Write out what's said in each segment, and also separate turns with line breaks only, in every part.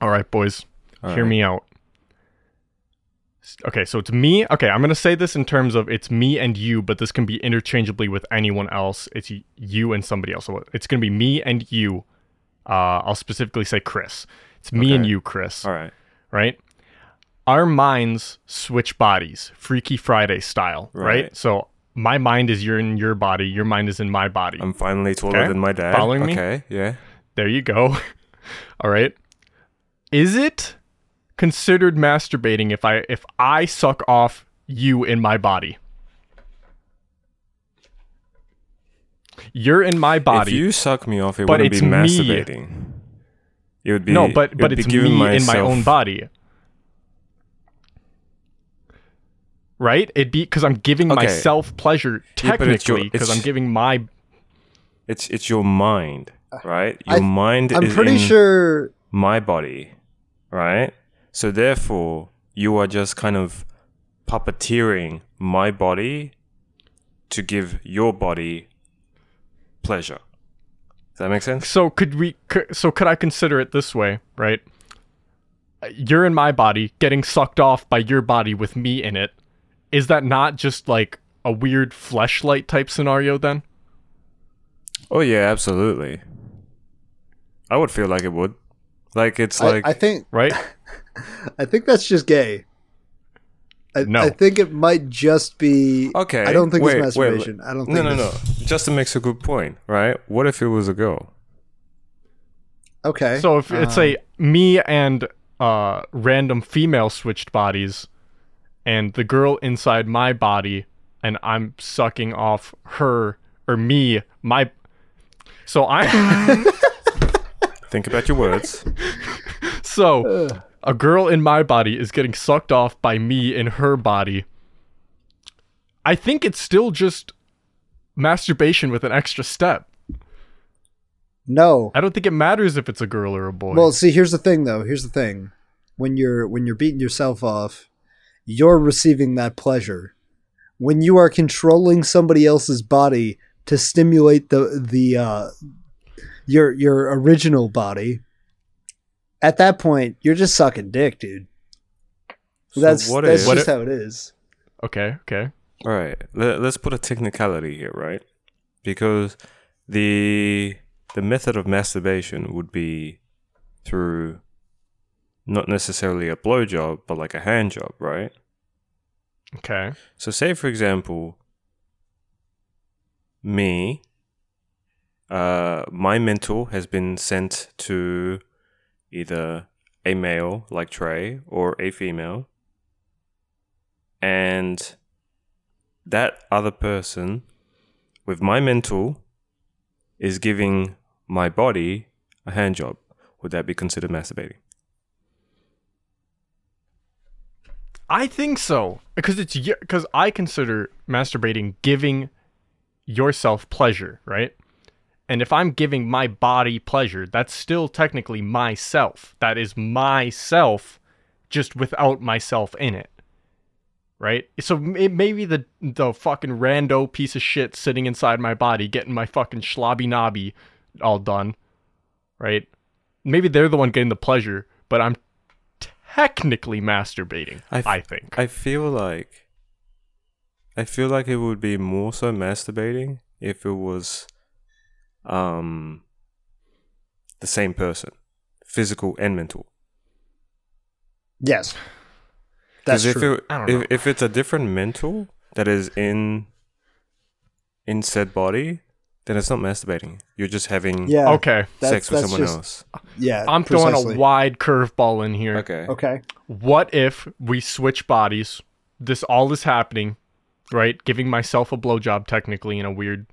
All right, boys,
All
hear
right.
me out. S- Okay, so it's me. Okay, I'm gonna say this in terms of it's me and you, but this can be interchangeably with anyone else. It's y- you and somebody else. So it's gonna be me and you. Uh, I'll specifically say Chris. It's me and
Okay.
you, Chris.
All right.
right? Our minds switch bodies, Freaky Friday style, right?
Right.
So my mind is your in your body, your mind is in my body.
I'm finally taller
Okay.
than my dad.
Following me?
Okay. Yeah.
there you go. All right. Is it considered masturbating if I if I suck off you in my body? You're in my body.
If you suck me off, it
But
wouldn't be
it's me.
masturbating. It would be
no,
it
but but
would be
it's me
giving
in my
myself-
own body. Right? It'd be because I'm giving
Okay.
myself pleasure
Yeah, but it's your-
technically because I'm
it's-
giving my
It's it's your mind, right? Your
I-
mind
I'm
is
pretty
in
sure
my body, right? So therefore, you are just kind of puppeteering my body to give your body pleasure. Does that make sense?
so could we c- so could I consider it this way, right? You're in my body getting sucked off by your body with me in it. Is that not just like a weird fleshlight type scenario then?
Oh yeah, absolutely. I would feel like it would. Like it's
I,
like
I think
Right?
I think that's just gay. I,
No.
I think it might just be
Okay.
I don't think
wait,
it's
wait, wait.
masturbation. I don't think
No, no, no.
it's-
Justin makes a good point, right? What if it was a girl?
Okay.
So if it's a me and uh random female switched bodies and the girl inside my body and I'm sucking off her or me my so I'm
Think about your words.
so a girl in my body is getting sucked off by me in her body. I think it's still just masturbation with an extra step.
no.
I don't think it matters if it's a girl or a boy.
Well, see, here's the thing, though. Here's the thing: when you're when you're beating yourself off, you're receiving that pleasure. When you are controlling somebody else's body to stimulate the the uh, your your original body, at that point, you're just sucking dick, dude.
So
that's
what
that's
if-
What
just
if-
how it is.
okay, okay.
All right, let, let's put a technicality here, right? Because the the method of masturbation would be through not necessarily a blowjob, but like a hand job, right?
Okay.
So, say for example, me, uh, my mentor has been sent to either a male like Trey or a female, and that other person with my mentor is giving my body a hand job. Would that be considered masturbating?
I think so because it's because I consider masturbating giving yourself pleasure, right? And if I'm giving my body pleasure, that's still technically myself. That is myself, just without myself in it, right? So m- it may be the the fucking rando piece of shit sitting inside my body, getting my fucking schlobby knobby all done, right? Maybe they're the one getting the pleasure, but I'm technically masturbating.
I f-
I think.
I feel like I feel like it would be more so masturbating if it was um the same person, physical and mental.
Yes,
'Cause
that's
if
true.
It,
I don't
if,
know.
if it's a different mental that is in in said body, then it's not masturbating. You're just having
yeah.
okay.
that's-
sex with
that's
someone
just-
else.
Yeah.
I'm throwing
precisely.
a wide curveball in here.
Okay.
Okay.
What if we switch bodies? This all is happening, right? Giving myself a blowjob technically in a weird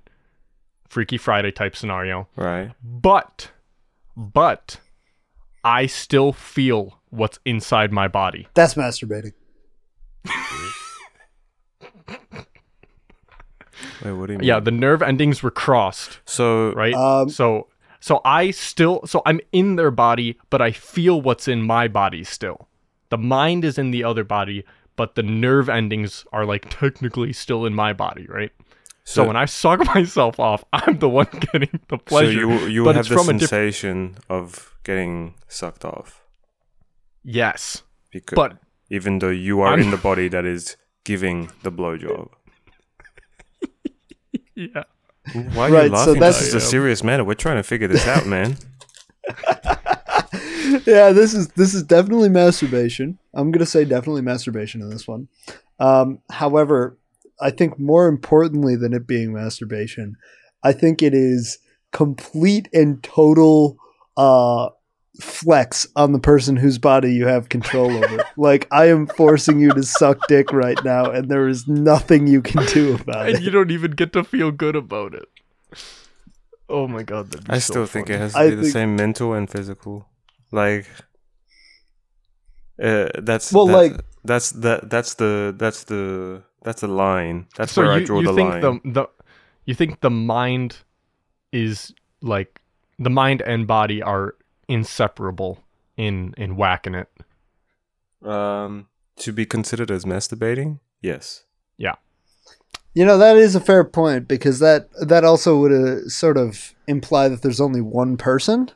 Freaky Friday type scenario.
Right.
But but I still feel what's inside my body.
That's masturbating.
Wait, what do you mean?
Yeah, the nerve endings were crossed,
So
right?
Um,
so so I still so I'm in their body, but I feel what's in my body still. The mind is in the other body, but the nerve endings are like technically still in my body, right? So, when I suck myself off, I'm the one getting the pleasure.
So you you
but
have
it's
the
from a different.
sensation of getting sucked off
Yes,
because
but
even though you are
I'm-
in the body that is giving the blowjob.
yeah,
Why are
Right,
you
so
laughing?
that's-
this is a serious matter. We're trying to figure this out, man.
yeah, this is this is definitely masturbation. I'm gonna say definitely masturbation in this one. Um, however, I think more importantly than it being masturbation, I think it is complete and total uh, flex on the person whose body you have control over. like I am forcing you to suck dick right now, and there is nothing you can do
Uh,
about
and
it.
you don't even get to feel good about it. Oh my god, that'd be
I
so
still think
funny.
it has to
I
be the
think-
same mental and physical. Like, uh, that's
Well,
that-
like-
that's that that's the that's the that's the line. That's
so
where
you,
I draw
you
the
think
line.
the the you think the mind is like the mind and body are inseparable in in whacking it.
Um, to be considered as masturbating? Yes.
You know that is a fair point because that that also would uh, sort of imply that there's only one person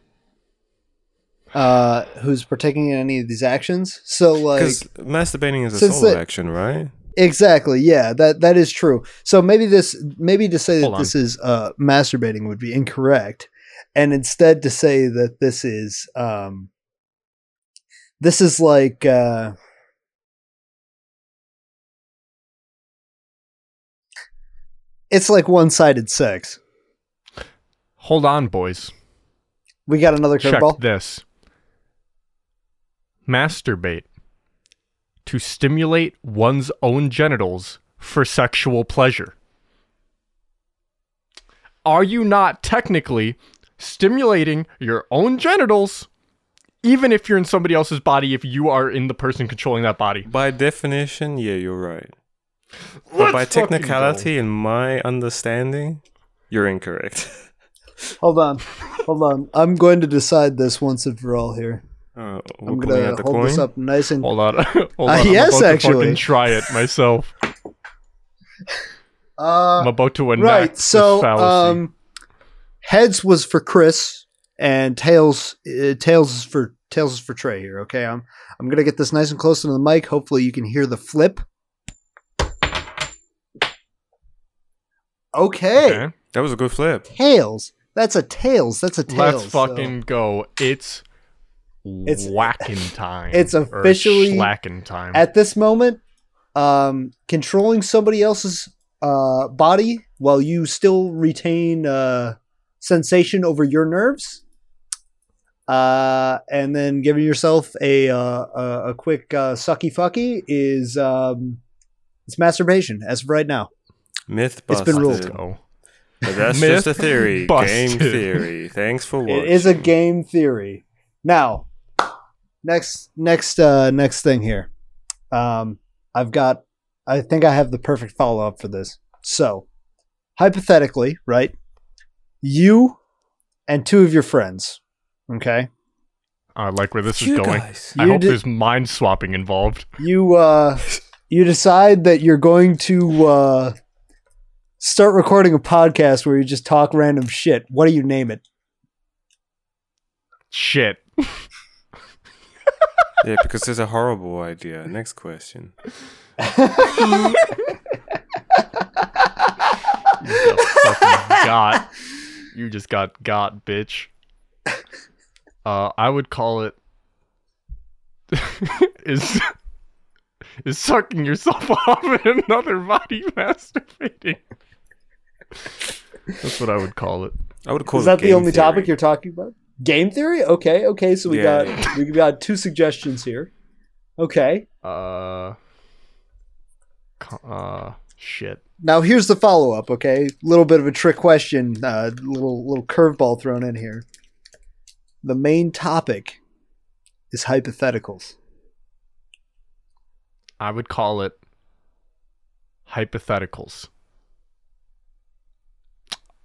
uh, who's partaking in any of these actions. So like
Because masturbating is a
since
solo
the-
action, right?
exactly, yeah, that that is true. So maybe this maybe to say
Hold
that
on.
this is uh, masturbating would be incorrect, and instead to say that this is um, this is like uh, it's like one-sided sex.
Hold on, boys.
We got another
Check
curveball.
this. Masturbate to stimulate one's own genitals for sexual pleasure. Are you not technically stimulating your own genitals even if you're in somebody else's body if you are in the person controlling that body?
By definition, yeah, you're right.
Let's
But by
fucking go.
technicality, in my understanding, you're incorrect.
Hold on, hold on. I'm going to decide this once and for all here.
Uh, we're
I'm
pulling
gonna
out the
hold
coin.
this up nice and.
Hold on. Hold on.
Uh,
I'm
yes,
about to
actually.
fucking try it myself. I'm
Uh,
about to enact
right.
this
So,
fallacy.
um, heads was for Chris, and tails, uh, tails is for tails is for Trey here. Okay, I'm I'm gonna get this nice and close into the mic. Hopefully, you can hear the flip. Okay,
Okay.
That was a good flip.
tails. That's a tails. That's a tails.
Let's
so-
fucking go. It's
It's-
whacking time.
it's
Or
officially
slacking time.
at this moment, um, controlling somebody else's uh, body while you still retain uh, sensation over your nerves, uh, and then giving yourself a uh, a, a quick uh, sucky fucky is um, it's masturbation as of right now.
Myth
It's
busted.
been
Let's
ruled.
go.
But that's
Myth
just a theory.
busted.
Game theory. Thanks for watching.
It is a game theory. Now, next next uh, next thing here. Um, I've got. I think I have the perfect follow up for this. So, hypothetically, right? You and two of your friends. Okay.
I like where this
You
is going.
guys.
I
You
hope
di-
there's mind swapping involved.
You uh, you decide that you're going to uh, start recording a podcast where you just talk random shit. What do you name it?
Shit.
Yeah, because there's a horrible idea. Next question.
You just fucking got. You just got got, bitch. Uh, I would call it. is is sucking yourself off in another body masturbating. That's what I would call it.
I would call
Is
it
that the
game
only
theory.
topic you're talking about? Game theory? Okay, okay. So we
Yeah,
got we got two suggestions here. Okay.
Uh, co- uh, shit.
Now here's the follow up. Okay, little bit of a trick question, uh, little little curveball thrown in here. The main topic is hypotheticals.
I would call it hypotheticals.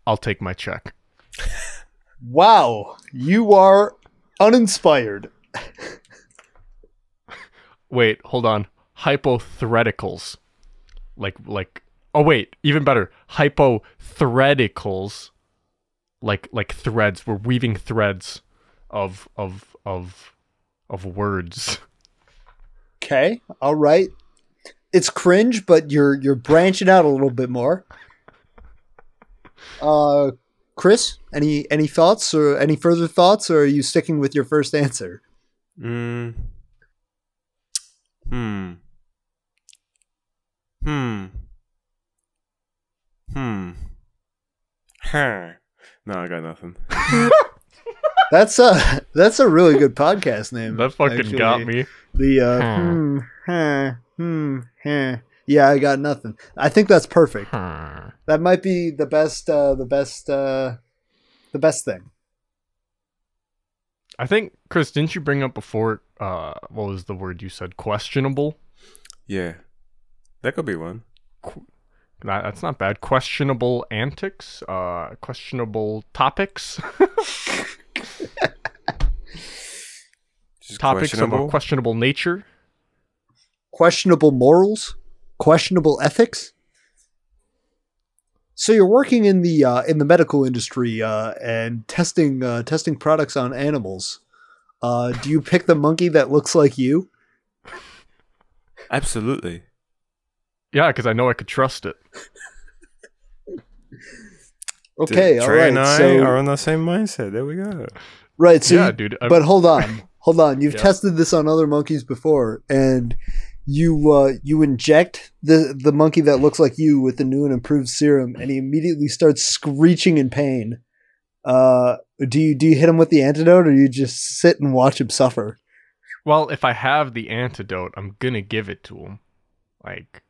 I'll take my check.
Wow, you are uninspired.
Wait, hold on. Hypotheticals, like like Oh wait, even better. Hypothreticals, like like threads. We're weaving threads of of of of words.
Okay. All right. It's cringe, but you're you're branching out a little bit more. Uh, Chris, any any thoughts or any further thoughts, or are you sticking with your first answer?
Mm. Hmm. Hmm. Hmm. Huh. No, I got nothing.
That's a that's a really good podcast name.
That fucking got
actually.
me.
The uh,
Huh.
hmm, huh, hmm, huh. yeah, I got nothing. I think that's perfect. That might be the best, uh, the best, uh, the best thing.
I think Chris, didn't you bring up before? Uh, what was the word you said? Questionable.
Yeah. That could be one.
That, that's not bad. Questionable antics. Uh, questionable topics.
Just
topics of a
questionable.
questionable nature.
Questionable morals, questionable ethics. So you're working in the uh, in the medical industry uh, and testing uh, testing products on animals. Uh, do you pick the monkey that looks like you?
Absolutely.
Yeah, because I know I could trust it.
D-
Okay, all
Trey
right.
and I
so
are on the same mindset. There we go.
Right. So,
Yeah,
you-
dude, I'm-
But hold on, hold on. You've
Yeah.
tested this on other monkeys before, and you uh, you inject the the monkey that looks like you with the new and improved serum, and he immediately starts screeching in pain. Uh, do you do you hit him with the antidote, or you just sit and watch him suffer?
Well, if I have the antidote, I'm gonna give it to him. Like,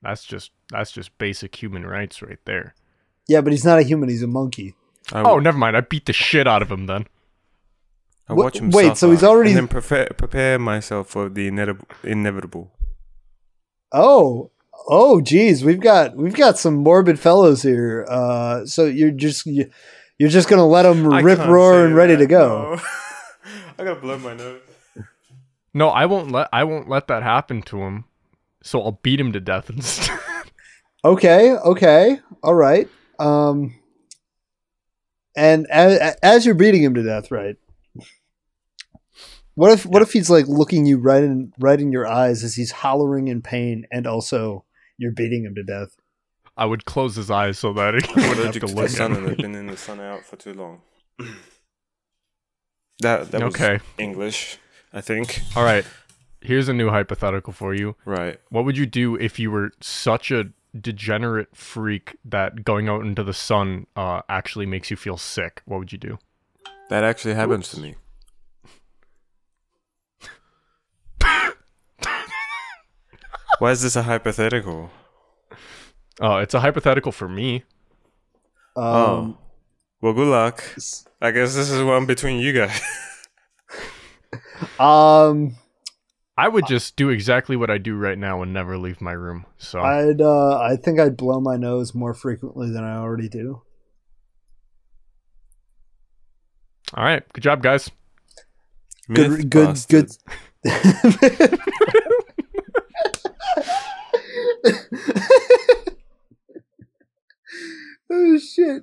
that's just that's just basic human rights right there.
Yeah, but he's not a human; he's a monkey.
I
Oh, never mind. I beat the shit out of him then.
I
Wha-
watch him
wait, so
suffer
he's already-
and then prepare, prepare myself for the inevitable. inevitable.
Oh, oh, geez, we've got we've got some morbid fellows here. Uh, so you're just you- you're just gonna let him
I
rip
can't
roar
say
and ready
that,
to go.
no. I gotta blow my nose.
No, I won't let I won't let that happen to him. So I'll beat him to death instead.
Okay, okay, all right. Um, and as, as you're beating him to death, right? What if what if he's like looking you right in right in your eyes as he's hollering in pain, and also you're beating him to death?
I would close his eyes so that he wouldn't have
allergic
to
to
look
the sun
at
and I've
me.
been in the sun out for too long. that that was
Okay.
English, I think.
All right. Here's a new hypothetical for you.
Right.
What would you do if you were such a degenerate freak that going out into the sun uh, actually makes you feel sick? What would you do?
That actually happens to me. Why is this a hypothetical?
Uh, it's a hypothetical for me.
Um,
oh. Well, good luck. I guess this is one between you guys.
um,
I would just do exactly what I do right now and never leave my room. So
I'd uh, I think I'd blow my nose more frequently than I already do.
all right, good job, guys.
Good, good, good. oh shit!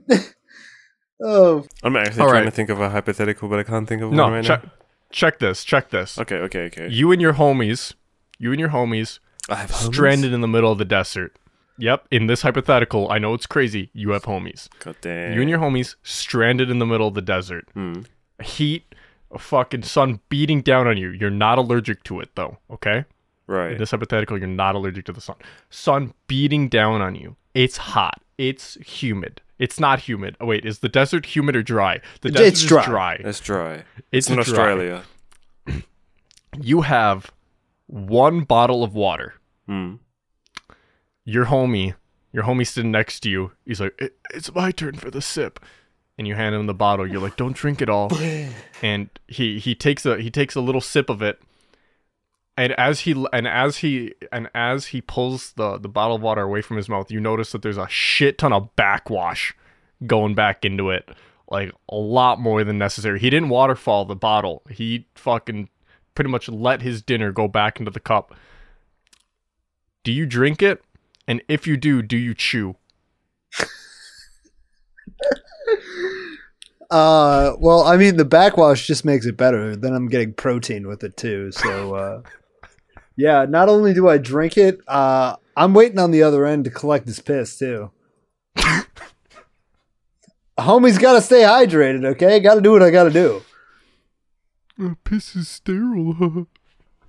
Oh,
I'm actually
All
trying
right.
to think of a hypothetical, but I can't think of
No,
one right
check,
now.
check this. Check this.
Okay, okay, okay.
You and your homies, you and your homies,
I have homies?
stranded in the middle of the desert. Yep. In this hypothetical, I know it's crazy. You have homies.
God damn.
You and your homies stranded in the middle of the desert.
Hmm.
Heat, a fucking sun beating down on you. You're not allergic to it though. Okay. In
Right.
this hypothetical, you're not allergic to the sun. Sun beating down on you. It's hot. It's humid. It's not humid. Oh, wait, is the desert humid or dry? The
It's
desert is
dry.
Let's dry.
It's
It's in
dry.
Australia.
You have one bottle of water.
Hmm.
your homie, your homie sitting next to you, he's like, "It- "It's my turn for the sip," and you hand him the bottle. You're like, "Don't drink it all," and he he takes a he takes a little sip of it, and as he and as he and as he pulls the the bottle of water away from his mouth, you notice that there's a shit ton of backwash going back into it, like a lot more than necessary. He didn't waterfall the bottle. He fucking pretty much let his dinner go back into the cup. Do you drink it And if you do, do you chew?
Uh, well, I mean, the backwash just makes it better. Then I'm getting protein with it too. So, uh, yeah, not only do I drink it, uh, I'm waiting on the other end to collect his piss too. Homie's got to stay hydrated, okay? Got to do what I got to do.
piss is sterile.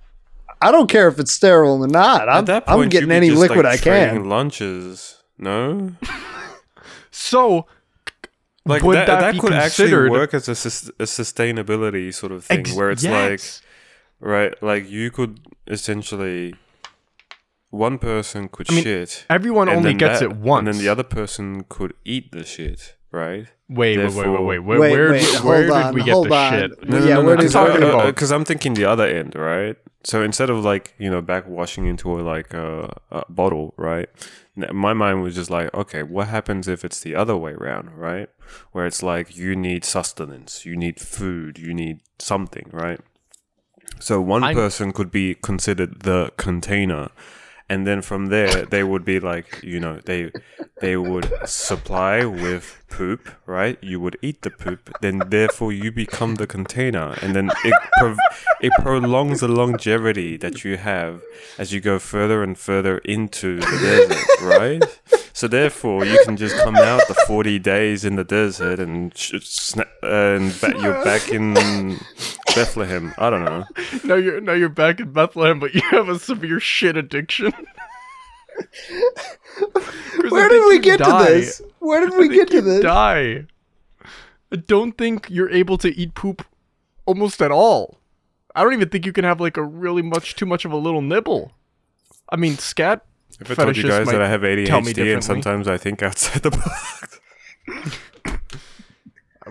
I don't care if it's sterile or not. I'm,
At that
I'm
point, you'd
getting
be
any
just,
liquid
like,
I can.
trading Lunches, no.
So,
Like
Would
that,
that
that,
be
could
considered-
actually work as a, sus- a sustainability sort of thing,
ex-
where it's
yes.
like right, like you could essentially one person could
mean,
shit.
everyone
and
only
then
gets
that-
it once.
and then the other person could eat the shit, right?
Wait, wait, wait, wait,
Therefore-
wait. Where, where, did, where did we get the shit?
yeah, where
no,
did
I'm
where
talking
did-
about-
because Uh, I'm thinking the other end, right? So instead of like you know backwashing into a, like a, a bottle, right? N- My mind was just like, okay, what happens if it's the other way around, right? Where it's like you need sustenance, you need food, you need something, right? So one
I'm-
person could be considered the container, and then from there they would be like, you know, they they would supply with poop, right? You would eat the poop, then therefore you become the container, and then it pro- it prolongs the longevity that you have as you go further and further into the desert, right? So therefore you can just come out the forty days in the desert and sh- snap, and ba- you're back in Bethlehem. I don't know.
Now you're now you're back in Bethlehem, but you have a severe shit addiction. 'Cause I
Where
think
did we
you
get
die.
to this? Where did we get to this?
Die. I don't think you're able to eat poop almost at all. I don't even think you can have like a really much too much of a little nibble. I mean, scat.
If I told you guys that I have
tell me
ADHD
differently.
and sometimes I think outside the box.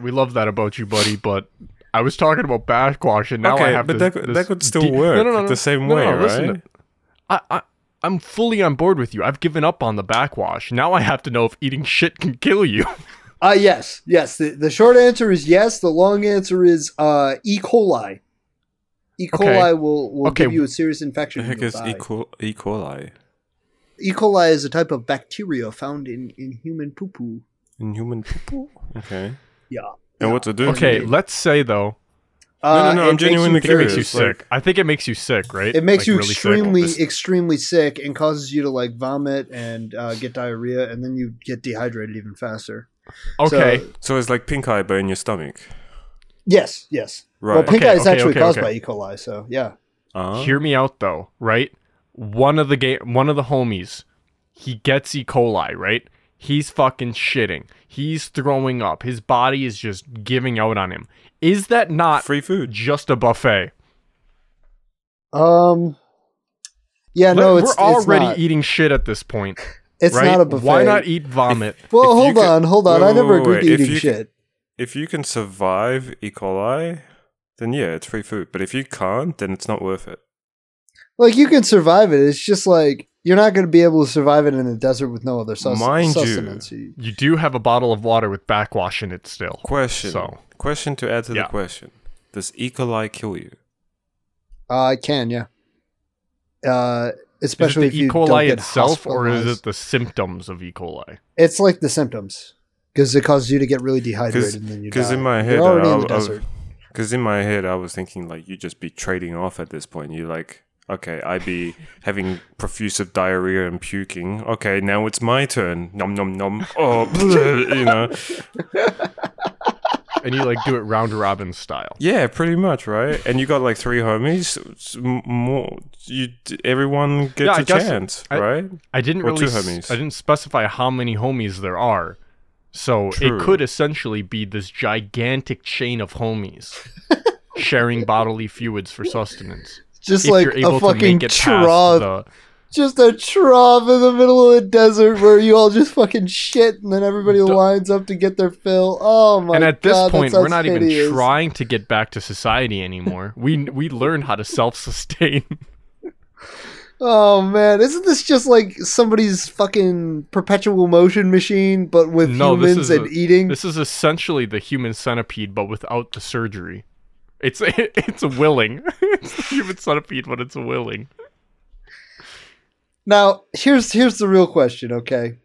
we love that about you, buddy, but I was talking about backwash, and now I
Okay,
have
but
this,
that could-
this
that could still
deep-
work the same way, right?
I, I, I'm fully on board with you. I've given up on the backwash. Now I have to know if eating shit can kill you.
Uh, yes, yes. The, the short answer is yes. The long answer is uh, E. coli. E.
Okay.
coli will, will
Okay.
give you a serious infection.
The
and
heck
you'll
is
die.
E. coli? E. coli?
E. coli is a type of bacteria found in, in human poo poo.
In human poo Okay.
Yeah.
And what to do?
okay, let's say though,
Uh,
no,
it
I'm
makes
genuinely
I
you-
think it makes you
Curious, like-
sick. I think it makes you sick, right?
It makes
Like,
you
really sick.
extremely,
This-
extremely sick and causes you to like vomit and uh, get diarrhea, and then you get dehydrated even faster.
Okay,
So-
So it's like pink eye, but in your stomach.
yes, yes.
Right.
Well, pink
Okay,
eye is
okay,
actually
okay,
caused
okay.
by E. coli, so yeah.
Uh,
hear me out though, right? One of the ga- one of the homies, he gets E. coli, right? He's fucking shitting. He's throwing up. His body is just giving out on him. Is that not
free food.
just a buffet?
Um. Yeah,
Let-
no, it's
we're already
it's not.
eating shit at this point,
It's
right?
not a buffet.
Why not eat vomit?
Well,
If you
hold
could-
on, hold on.
wait,
I
wait,
never
wait,
agreed
wait.
to
If
eating
you
shit.
If you can survive E. coli, then yeah, it's free food. But if you can't, then it's not worth it.
Like you can survive it. It's just like you're not going to be able to survive it in the desert with no other sus-
Mind you-
sustenance.
you do have a bottle of water with backwash in it still.
Question.
So.
Question to add to
Yeah.
the question. Does E. coli kill you?
Uh, I can, yeah. Uh, especially
is it the
if you
E. coli
don't get
itself, or is
hospitalized.
it the symptoms of E. coli?
It's like the symptoms because it causes you to get really dehydrated and then you die.
Because in my head,
you're already
uh,
I,
in the desert.
Because in my head, I was thinking like you just be trading off at this point. You like, okay, I be having profusive diarrhea and puking. Okay, now it's my turn. Nom nom nom. Oh, you know.
And you like do it round robin style.
Yeah, pretty much, right? And you got like three homies. s- m- More, you d- everyone gets
I
a
guess-
chance,
I-
right?
I didn't
Or
really.
two
s-
homies.
I didn't specify how many homies there are, so
True.
it could essentially be this gigantic chain of homies sharing bodily fluids for sustenance.
Just
if
like
you're able
a
to
fucking
make it
trough,
past the,
just a trough in the middle of the desert where you all just fucking shit, and then everybody lines up to get their fill. Oh my!
and at this
God, that
point, we're
sounds
not
hideous.
even trying to get back to society anymore. we we learn how to self-sustain.
Oh man, isn't this just like somebody's fucking perpetual motion machine, but with
No, this
humans
is
and
a-
eating?
This is essentially the human centipede, but without the surgery. It's it's a willing. it's the human centipede, but it's a willing.
Now, here's here's the real question, okay?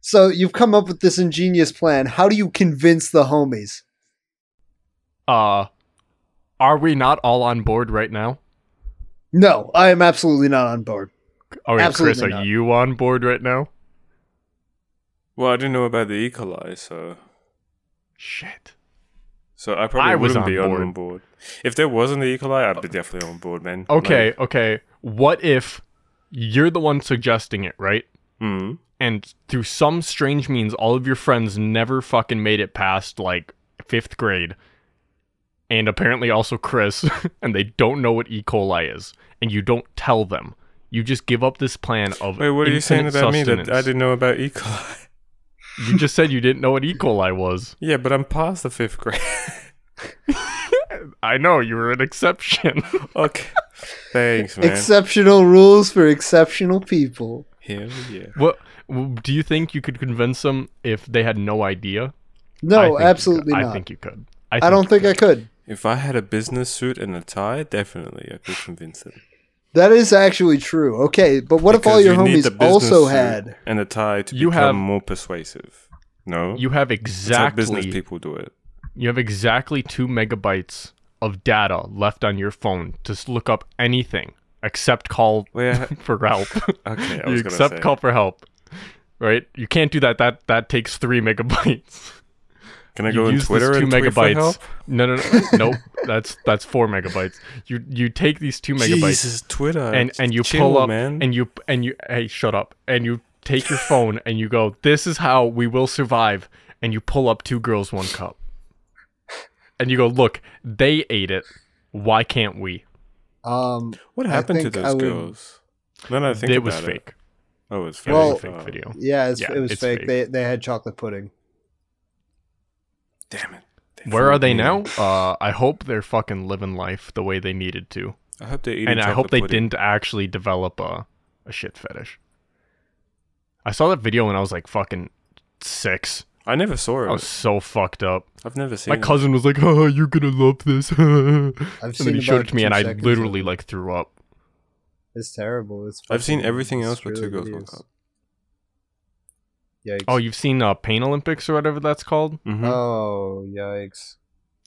So you've come up with this ingenious plan. How do you convince the homies?
Uh, are we not all on board right now?
No, I am absolutely not on board.
Oh, yeah, Chris,
Absolutely
are
not.
you on board right now?
Well, I didn't know about the E. coli, so
Shit.
so I probably
I was
wouldn't
on
be
board.
on board. If there wasn't the E. coli, I'd be definitely on board, man.
Okay, okay. What if you're the one suggesting it, right?
mm,
And through some strange means, all of your friends never fucking made it past like fifth grade. And apparently also Chris, and they don't know what E. coli is. And you don't tell them. You just give up this plan of.
Wait, what are you saying
infinite
about me that I
sustenance.
didn't know about E. coli?
You just said you didn't know what E. coli was.
Yeah, but I'm past the fifth grade.
I know, you were an exception.
okay. Thanks, man.
Exceptional rules for exceptional people.
Hell yeah.
What w- do you think you could convince them if they had no idea? I think
No,
you could.
absolutely not.
I think you could. I,
I don't think I could.
If I had a business suit and a tie, definitely I could convince them.
That is actually true. Okay, but what if all
Because
your
you need the
homies
business
also
suit
had?
and a tie to
You
become
have-
more persuasive. No,
you have
That's how business
exactly
people do it.
you have exactly two megabytes of data left on your phone to s- look up anything except call
Well, yeah,
for help.
okay, I
you
was gonna
except
say.
call for help, right? You can't do that. That that takes three megabytes.
Can I
you
go on
use
Twitter
these two
and tweet for
megabytes.
help?
No, no, no, nope. That's that's four megabytes. You you take these two megabytes.
Jesus, Twitter,
and and you
Chill,
pull up
man.
and you and you hey shut up and you take your phone and you go this is how we will survive and you pull up two girls one cup and you go look they ate it why can't we
Um,
what
I
happened to
think
those
I would-
girls? No, no, I think
it
about
was fake
Oh, it was
it
fake.
Well-
was a fake
Oh,
video
yeah, it's,
Yeah,
it was
it's
fake.
fake.
They they had chocolate pudding.
Damn it. They
where are
fooled
they
me.
now uh i hope they're fucking living life the way they needed to
I hope they eat.
and i hope they didn't actually develop a, a shit fetish i saw that video when i was like fucking six
I never saw it.
i was so fucked up
I've never seen.
Oh, My
it.
cousin was like, "Oh, you're gonna love this," and
I've
then
seen
he showed
about
it to me,
two
and I
seconds
literally
of it.
like threw up.
It's terrible. It's
I've seen
fucking-
everything
it's
else but two
really
girls one
hideous.
cup.
Yikes.
Oh, you've seen uh, Pain Olympics or whatever that's called?
Mhm.
Oh, yikes.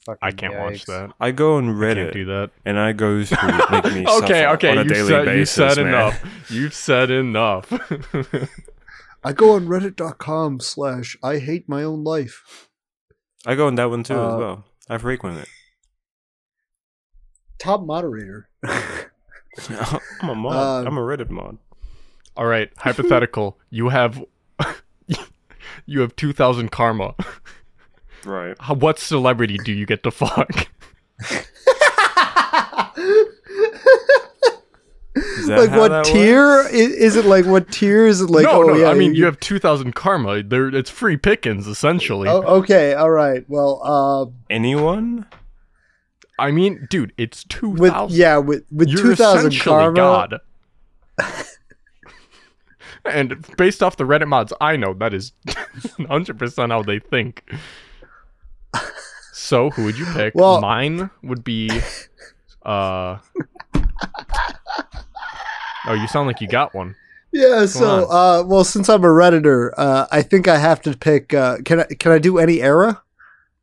hmm I
Fucking
can't
yikes.
watch that.
I go on
Can't
Reddit
do that.
and I go through make
okay,
me suffer
okay,
on a
you've
daily
said,
basis,
you've said
man.
enough. You've said enough.
I go on reddit.com slash I hate my own life.
I go on that one too
Uh,
as well. I frequent it.
Top moderator.
I'm a mod.
Um,
I'm a Reddit mod.
All right, hypothetical. You have you have two thousand karma.
Right.
How- What celebrity do you get to fuck?
that
like
how
what
that
tier? Is, is it like what tier? Is it like
no,
oh
no.
yeah?
I mean, you have two thousand karma. There, it's free pickings essentially.
Oh, okay, all right. Well, uh,
Anyone?
I mean, dude, it's two
with
thousand.
yeah, with with
You're
two thousand
essentially
karma.
God. and based off the Reddit mods I know, that is 100% how they think. So, who would you pick?
Well-
Mine would be. Uh... oh, you sound like you got one.
Yeah. So, uh, well, since I'm a redditor, uh, I think I have to pick. Uh, can I can I do any era?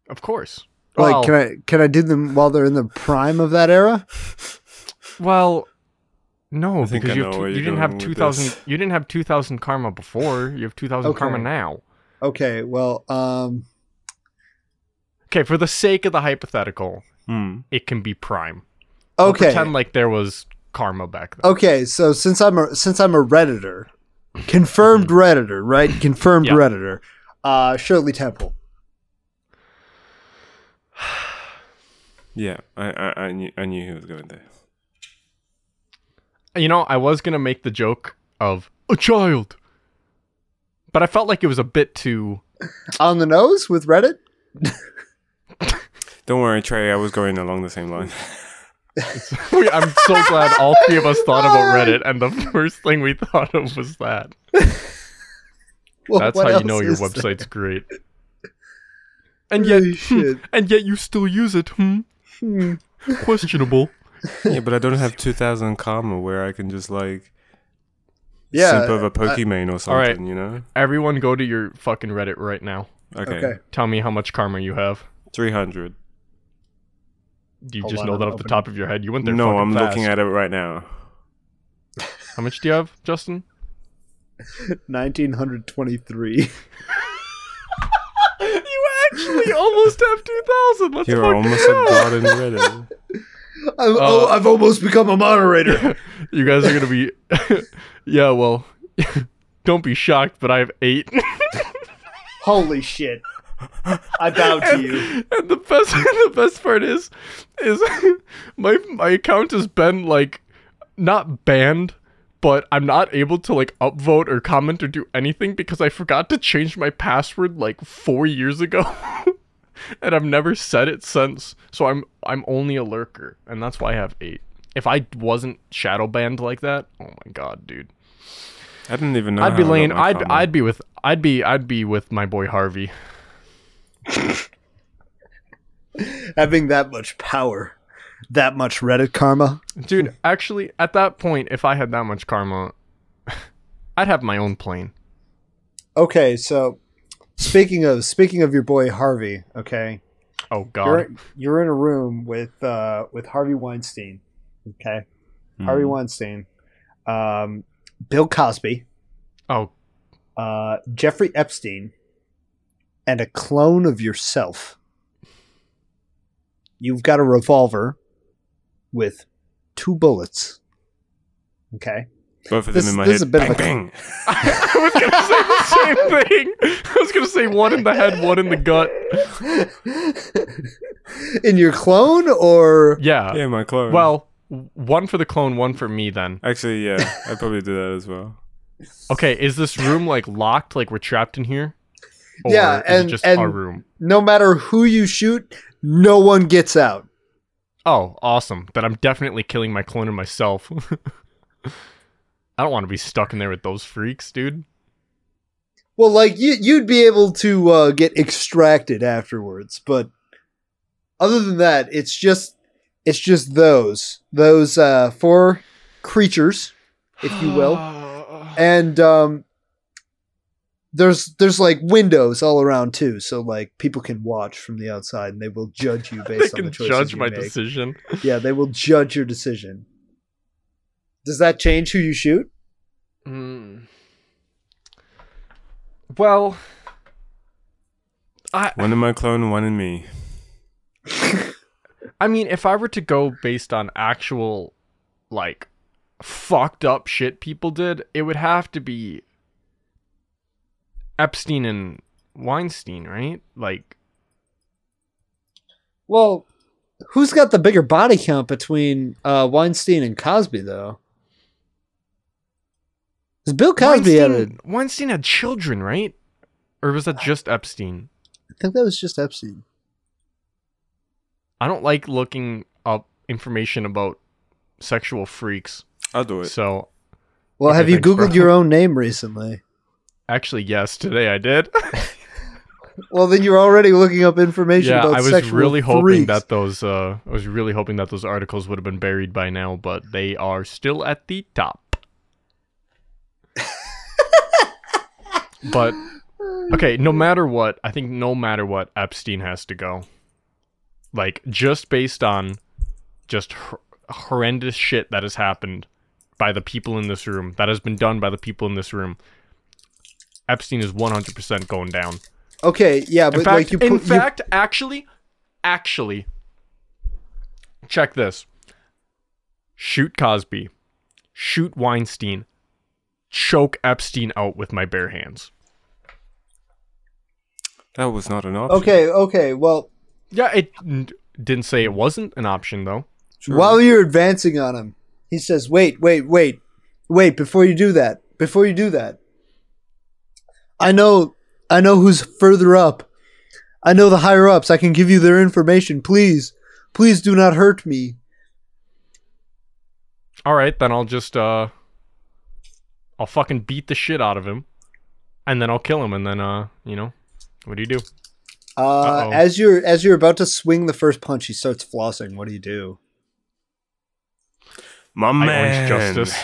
Of course.
Like,
well,
can I can I do them while they're in the prime of that era?
well, no,
I think
because
I
you, have
know
two,
where
you
you're
didn't have
going
two
with
thousand.
this.
You didn't have two thousand karma before. You have two thousand karma
Okay.
now.
Okay. Well, um,
Okay, for the sake of the hypothetical,
Hmm.
it can be prime. We'll
okay.
pretend like there was karma back then.
Okay, so since I'm a since I'm a redditor, confirmed
Mm-hmm.
redditor, right? Confirmed
Yeah.
redditor. Uh, Shirley Temple.
Yeah, I, I, I, knew, I knew he was going there.
You know, I was gonna make the joke of a child, but I felt like it was a bit too.
On the nose with Reddit.
Don't worry, Trey. I was going along the same line.
We- I'm so glad all three of us thought about Reddit, and the first thing we thought of was that.
Well,
That's
what
how you
else
know your
is there?
website's great. And yet,
Holy
hmm,
shit.
and yet you still use it. Hmm,
Hmm.
questionable.
yeah, but I don't have two thousand karma where I can just like
Yeah,
simp of a Pokemon or something,
right.
you know?
Everyone go to your fucking Reddit right now.
Okay.
uh, Okay.
Tell me how much karma you have.
300.
Do you
Hold
just
on,
know
I'm
that off the
opening.
top of your head? You went there.
no,
fucking
I'm
fast.
looking at it right now.
How much do you have, Justin?
1923.
you actually almost have two thousand. Let's
You're almost a god in Reddit.
I've,
Uh,
oh, I've almost become a moderator.
You guys are gonna be. yeah, well, don't be shocked, but I have eight.
Holy shit. I bow to you.
and the best, the best part is, is my my account has been like not banned, but I'm not able to like upvote or comment or do anything because I forgot to change my password like four years ago. And I've never said it since, so I'm I'm only a lurker, and that's why I have eight. If I wasn't shadow banned like that, oh my god, dude.
I didn't even know.
I'd be
how I got
laying.
my
I'd
karma.
I'd be with. I'd be I'd be with my boy Harvey.
Having that much power, that much Reddit karma.
Dude, actually, at that point, if I had that much karma, I'd have my own plane.
Okay, so speaking of speaking of your boy Harvey, okay,
Oh God.
you're you're in a room with uh, with Harvey Weinstein, okay,
Hmm.
Harvey Weinstein, um, Bill Cosby,
oh,
uh, Jeffrey Epstein, and a clone of yourself. You've got a revolver with two bullets. Okay.
Both of them
This-
in my
this
head.
is a bit of a-
bang, bang.
I, was gonna say the same thing. I was gonna say one in the head, one in the gut.
in your clone or
Yeah.
Yeah, my clone.
Well, w- one for the clone, one for me. Then.
actually, yeah, I'd probably do that as well.
Okay, is this room like locked? Like we're trapped in here? Or
Yeah,
is it
and-
just
and-
our room.
no matter who you shoot, no one gets out.
Oh, awesome. Then I'm definitely killing my clone and myself. I don't want to be stuck in there with those freaks, dude.
Well, like you, you'd be able to uh, get extracted afterwards, but other than that, it's just it's just those those uh, four creatures, if you will, and um, there's there's like windows all around too, so like people can watch from the outside, and they will judge you
they
based on
can
the choices
judge
you
my
make.
decision.
Yeah, they will judge your decision. Does that change who you shoot?
Hmm. Well, I
One in my clone, one in me.
I mean, if I were to go based on actual like fucked up shit people did, it would have to be Epstein and Weinstein, right? Like
Well, who's got the bigger body count between uh, Weinstein and Cosby, though? 'Cause Bill Cosby had a.
Weinstein, Weinstein had children, right? Or was that just Epstein?
I think that was just Epstein.
I don't like looking up information about sexual freaks.
I'll do it.
So,
Well,
Okay,
have you
thanks,
Googled
bro.
your own name recently?
actually, yes, today I did.
Well, then you're already looking up information
yeah,
about
I was
sexual
really hoping
freaks.
that those uh, I was really hoping that those articles would have been buried by now, but they are still at the top. but okay, no matter what, I think no matter what, Epstein has to go. Like just based on just hor- horrendous shit that has happened by the people in this room, that has been done by the people in this room. Epstein is 100% going down.
Okay, yeah,
In
but
fact,
like you put.
in
you-
fact, actually, actually, check this. Shoot Cosby, shoot Weinstein, choke Epstein out with my bare hands.
That was not an option.
okay, okay, well,
Yeah, it n- didn't say it wasn't an option though.
Sure.
while you're advancing on him, he says, "Wait, wait, wait, wait! Before you do that, before you do that, I know, I know who's further up. I know the higher ups. I can give you their information. Please, please do not hurt me."
All right, then I'll just uh, I'll fucking beat the shit out of him, and then I'll kill him, and then uh, you know, what do you do?
Uh,
Uh-oh.
as you're as you're about to swing the first punch, he starts flossing. What do you do?
My
I orange
man.
justice.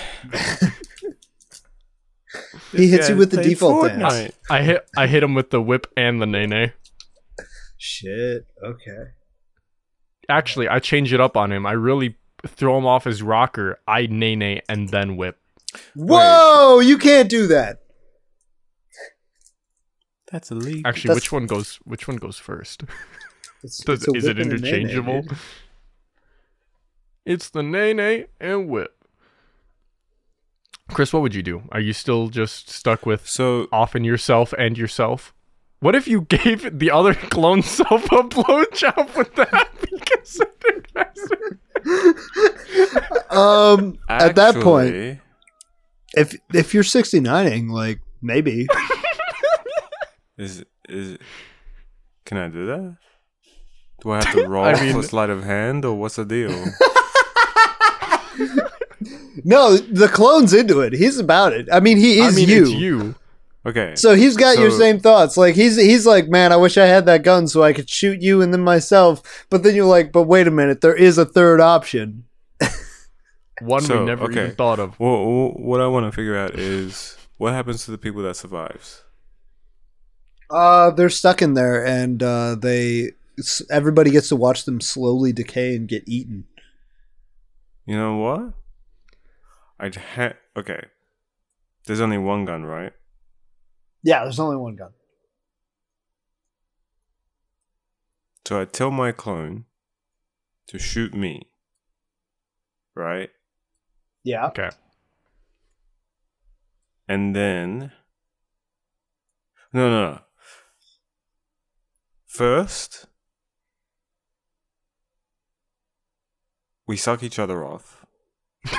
He hits you
guy
with the
played
default dance.
Fortnite.
I hit I hit him with the whip and the nene.
Shit. Okay.
Actually, I change it up on him. I really throw him off his rocker. I nene and then whip.
Whoa! You can't do that.
That's illegal.
Actually,
That's-
which one goes which one goes first?
It's-
Does,
it's a
is
whip
it
and a nay-nay,
interchangeable?
dude.
It's the nene and whip. Chris, what would you do? Are you still just stuck with
So
often yourself and yourself? What if you gave the other clone self a blowjob? Would that be considered masturbation?
Um, at that point,
actually,
if if you're 69ing, like maybe
is is can I do that? Do I have to roll for
mean-
sleight of hand or what's the deal?
no, the clone's into it. He's about it. I mean, he
I
is
mean,
you.
it's you.
Okay.
So he's got your
So-
same thoughts. Like he's he's like, man, I wish I had that gun so I could shoot you and then myself. But then you're like, but wait a minute, there is a third option.
One
So,
we never
okay.
even thought of.
Well, well, what I want to figure out is what happens to the people that survives.
Uh, they're stuck in there, and uh, they s- everybody gets to watch them slowly decay and get eaten.
You know what? I'd ha- okay. There's only one gun, right?
Yeah, there's only one gun.
So I tell my clone to shoot me. Right?
Yeah,
Okay.
And then No, no, no. First we suck each other off.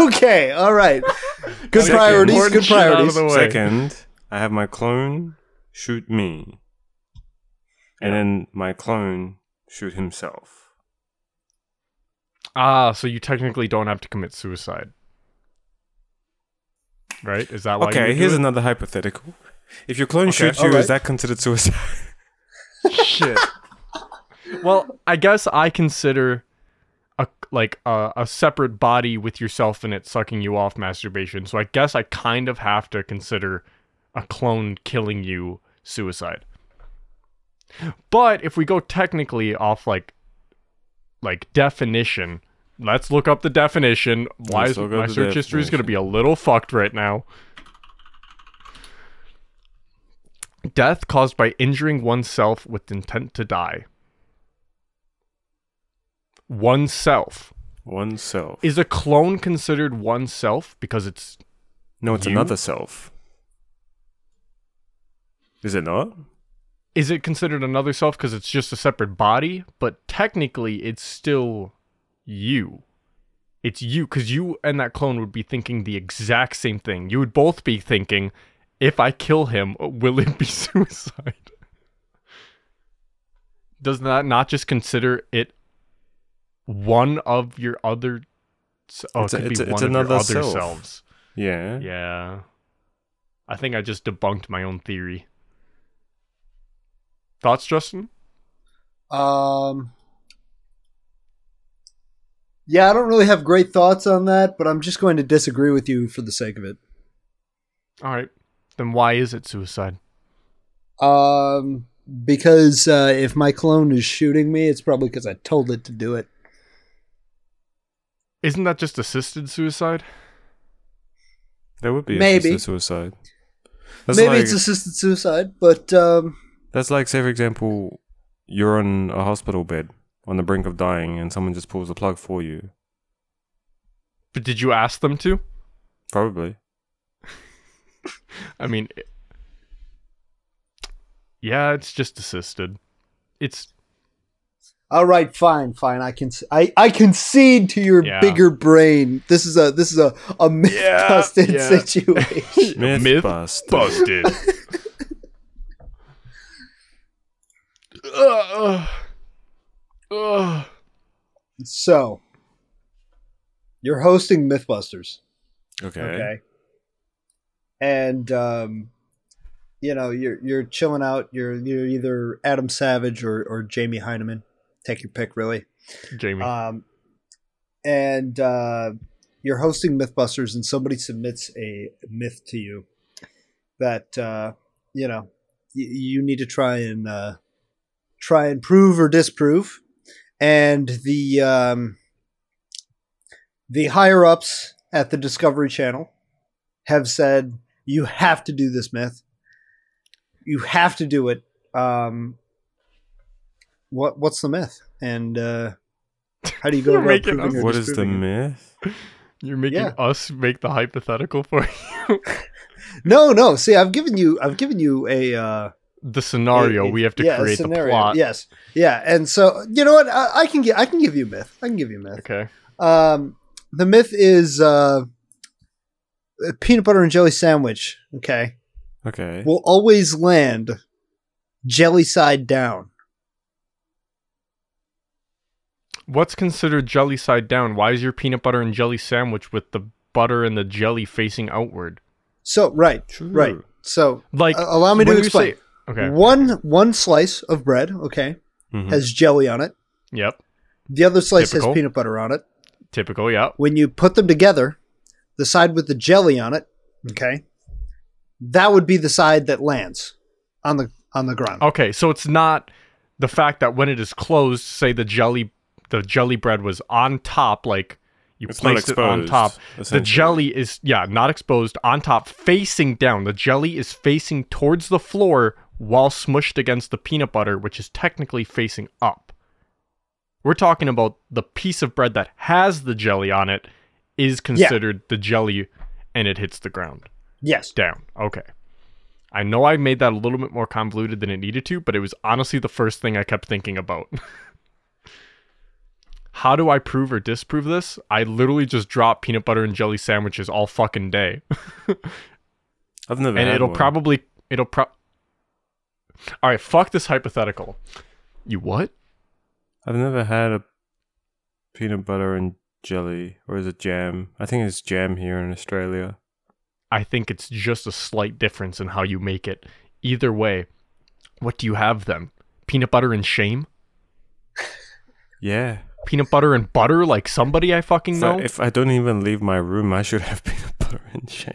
okay, all right. Good
Second.
priorities.
Important
Good
shit out of
priorities.
the way.
Second, I have my clone shoot me. And then my clone shoot himself.
Ah, so you technically don't have to commit suicide. Right? Is that why you
Okay,
would do
here's
it?
another hypothetical. If your clone shoots you,
alright.
is that considered suicide?
shit. Well, I guess I consider a like a, a separate body with yourself in it sucking you off masturbation. So I guess I kind of have to consider a clone killing you suicide. But if we go technically off like like definition, let's look up the definition. Why
Let's
is
look
my
up the
search history is going to
definition.
be a little fucked right now? Death caused by injuring oneself with intent to die. Oneself.
Oneself.
Is a clone considered oneself because it's
No, it's
You?
another self. Is it not?
is it considered another self because it's just a separate body but technically it's still you it's you because you and that clone would be thinking the exact same thing you would both be thinking if i kill him will it be suicide does that not just consider it one of your other s- oh,
It's
it
a-
could
it's
be
a- it's
one of your
another
other
self.
selves
Yeah.
yeah. I think I just debunked my own theory. Thoughts, Justin?
Um. Yeah, I don't really have great thoughts on that, but I'm just going to disagree with you for the sake of it.
All right. Then why is it suicide?
Um, because uh, if my clone is shooting me, it's probably because I told it to do it.
Isn't that just assisted suicide?
There would be
Maybe.
assisted suicide. That's
Maybe
like,
it's assisted suicide, but um,
that's like say for example, you're on a hospital bed on the brink of dying and someone just pulls the plug for you.
But did you ask them to?
Probably.
I mean, it- yeah, it's just assisted. It's
all right, fine, fine. I can I, I concede to your
Yeah.
bigger brain. This is a this is a a myth busted
yeah.
situation.
Myth,
myth
bust.
busted. Ugh. Ugh.
so, you're hosting MythBusters.
Okay.
okay and um you know you're you're chilling out you're you're either adam savage or or jamie
Mm-hmm.
Uh, heineman take your pick really
Jamie.
um and Um, uh you're hosting Mythbusters and somebody submits a myth to you that uh, you know y- you need to try and uh, try and prove or disprove, and the um, the higher ups at the Discovery Channel have said you have to do this myth, you have to do it. Um, what what's the myth, and uh, how do you go
You're
about
making
proving
up-
or
What is the
disproving it?
myth?
You're making
Yeah.
us make the hypothetical for you.
No, no. See, I've given you, I've given you a uh,
the scenario
a- a-
we have to
yeah, a
create the
scenario.
plot.
Yes, yeah. And so you know what? I, I can get, I can give you a myth. I can give you a myth.
Okay.
Um, the myth is uh, a peanut butter and jelly sandwich. Okay,
Okay.
will always land jelly side down.
What's considered jelly side down? Why is your peanut butter and jelly sandwich with the butter and the jelly facing outward?
So right,
True.
right. So
Like,
uh, allow me to
when you
explain.
say- okay.
One one slice of bread, okay,
Mhm.
has jelly on it.
Yep.
The other slice
Typical.
has peanut butter on it.
Typical. Yep.
when you put them together, the side with the jelly on it, okay, that would be the side that lands on the on the ground.
Okay. So it's not the fact that when it is closed, say the jelly, the jelly bread was on top, like you
It's not
placed it on
exposed.
top. The
essentially.
jelly is yeah, not exposed on top, facing down. The jelly is facing towards the floor while smushed against the peanut butter, which is technically facing up. We're talking about the piece of bread that has the jelly on it is considered the jelly and it hits the ground
Yes.
down. Okay. I know I made that a little bit more convoluted than it needed to, but it was honestly the first thing I kept thinking about. How do I prove or disprove this? I literally just drop peanut butter and jelly sandwiches all fucking day.
I've never
and
had
it'll
one.
probably it'll pro All right, fuck this hypothetical. You what?
I've never had a peanut butter and jelly, or is it jam? I think it's jam here in Australia.
I think it's just a slight difference in how you make it. Either way, what do you have then? Peanut butter and shame?
Yeah.
Peanut butter and butter like somebody I fucking
So
know?
if I don't even leave my room, I should have peanut butter and jam.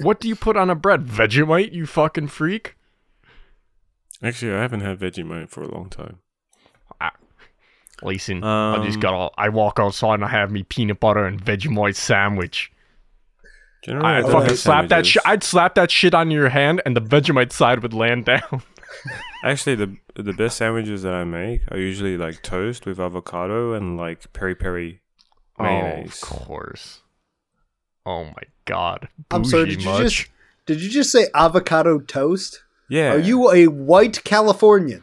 What do you put on a bread? Vegemite, you fucking freak.
Actually, I haven't had Vegemite for a long time.
Listen, I
Um,
just got all. I walk outside and I have me peanut butter and Vegemite sandwich.
Generally,
I,
don't
fucking
have
slap that shit.
sandwiches.
I'd slap that shit on your hand, and the Vegemite side would land down.
Actually, the the best sandwiches that I make are usually like toast with avocado and like peri peri mayonnaise.
Oh, of course. Oh my god.
I'm sorry,
Bougie
did
much?
you just did you just say avocado toast?
Yeah.
Are you a white Californian?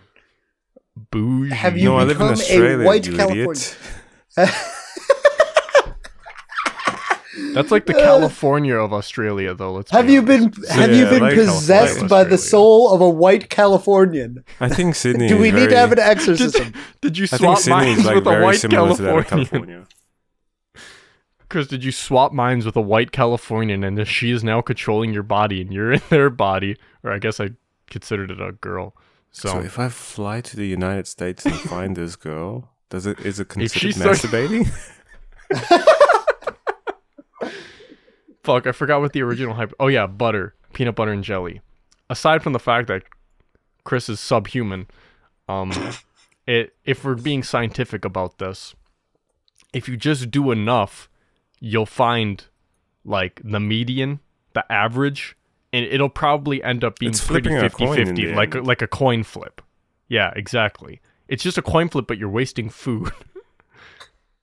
bougie?
Have you
No, I live in
become a
Australia.
white
you
Californian?
idiot.
That's like the California of Australia, though. Let's
Have
be
you
honest.
been have you
yeah,
been
like
possessed
California,
by the
Australia.
soul of a white Californian?
I think Sydney.
Do
is
we need
very-
to have an
Did,
exorcism?
did you
I think
swap
Sydney
minds
is like
with a
very
white
similar to that of
Californian?
California.
Because did you swap minds with a white Californian and she is now controlling your body and you're in their body? Or I guess I considered it a girl. So,
So if I fly to the United States and find this girl, does it is it
she's
considered
so-
masturbating?
fuck, I forgot what the original hype. Oh yeah, butter, peanut butter and jelly. Aside from the fact that Chris is subhuman, um, it if we're being scientific about this, if you just do enough, you'll find like the median, the average, and it'll probably end up being
It's
pretty
flipping a coin in
50-50,
the
like
end.
like a coin flip. Yeah, exactly. It's just a coin flip, but you're wasting food.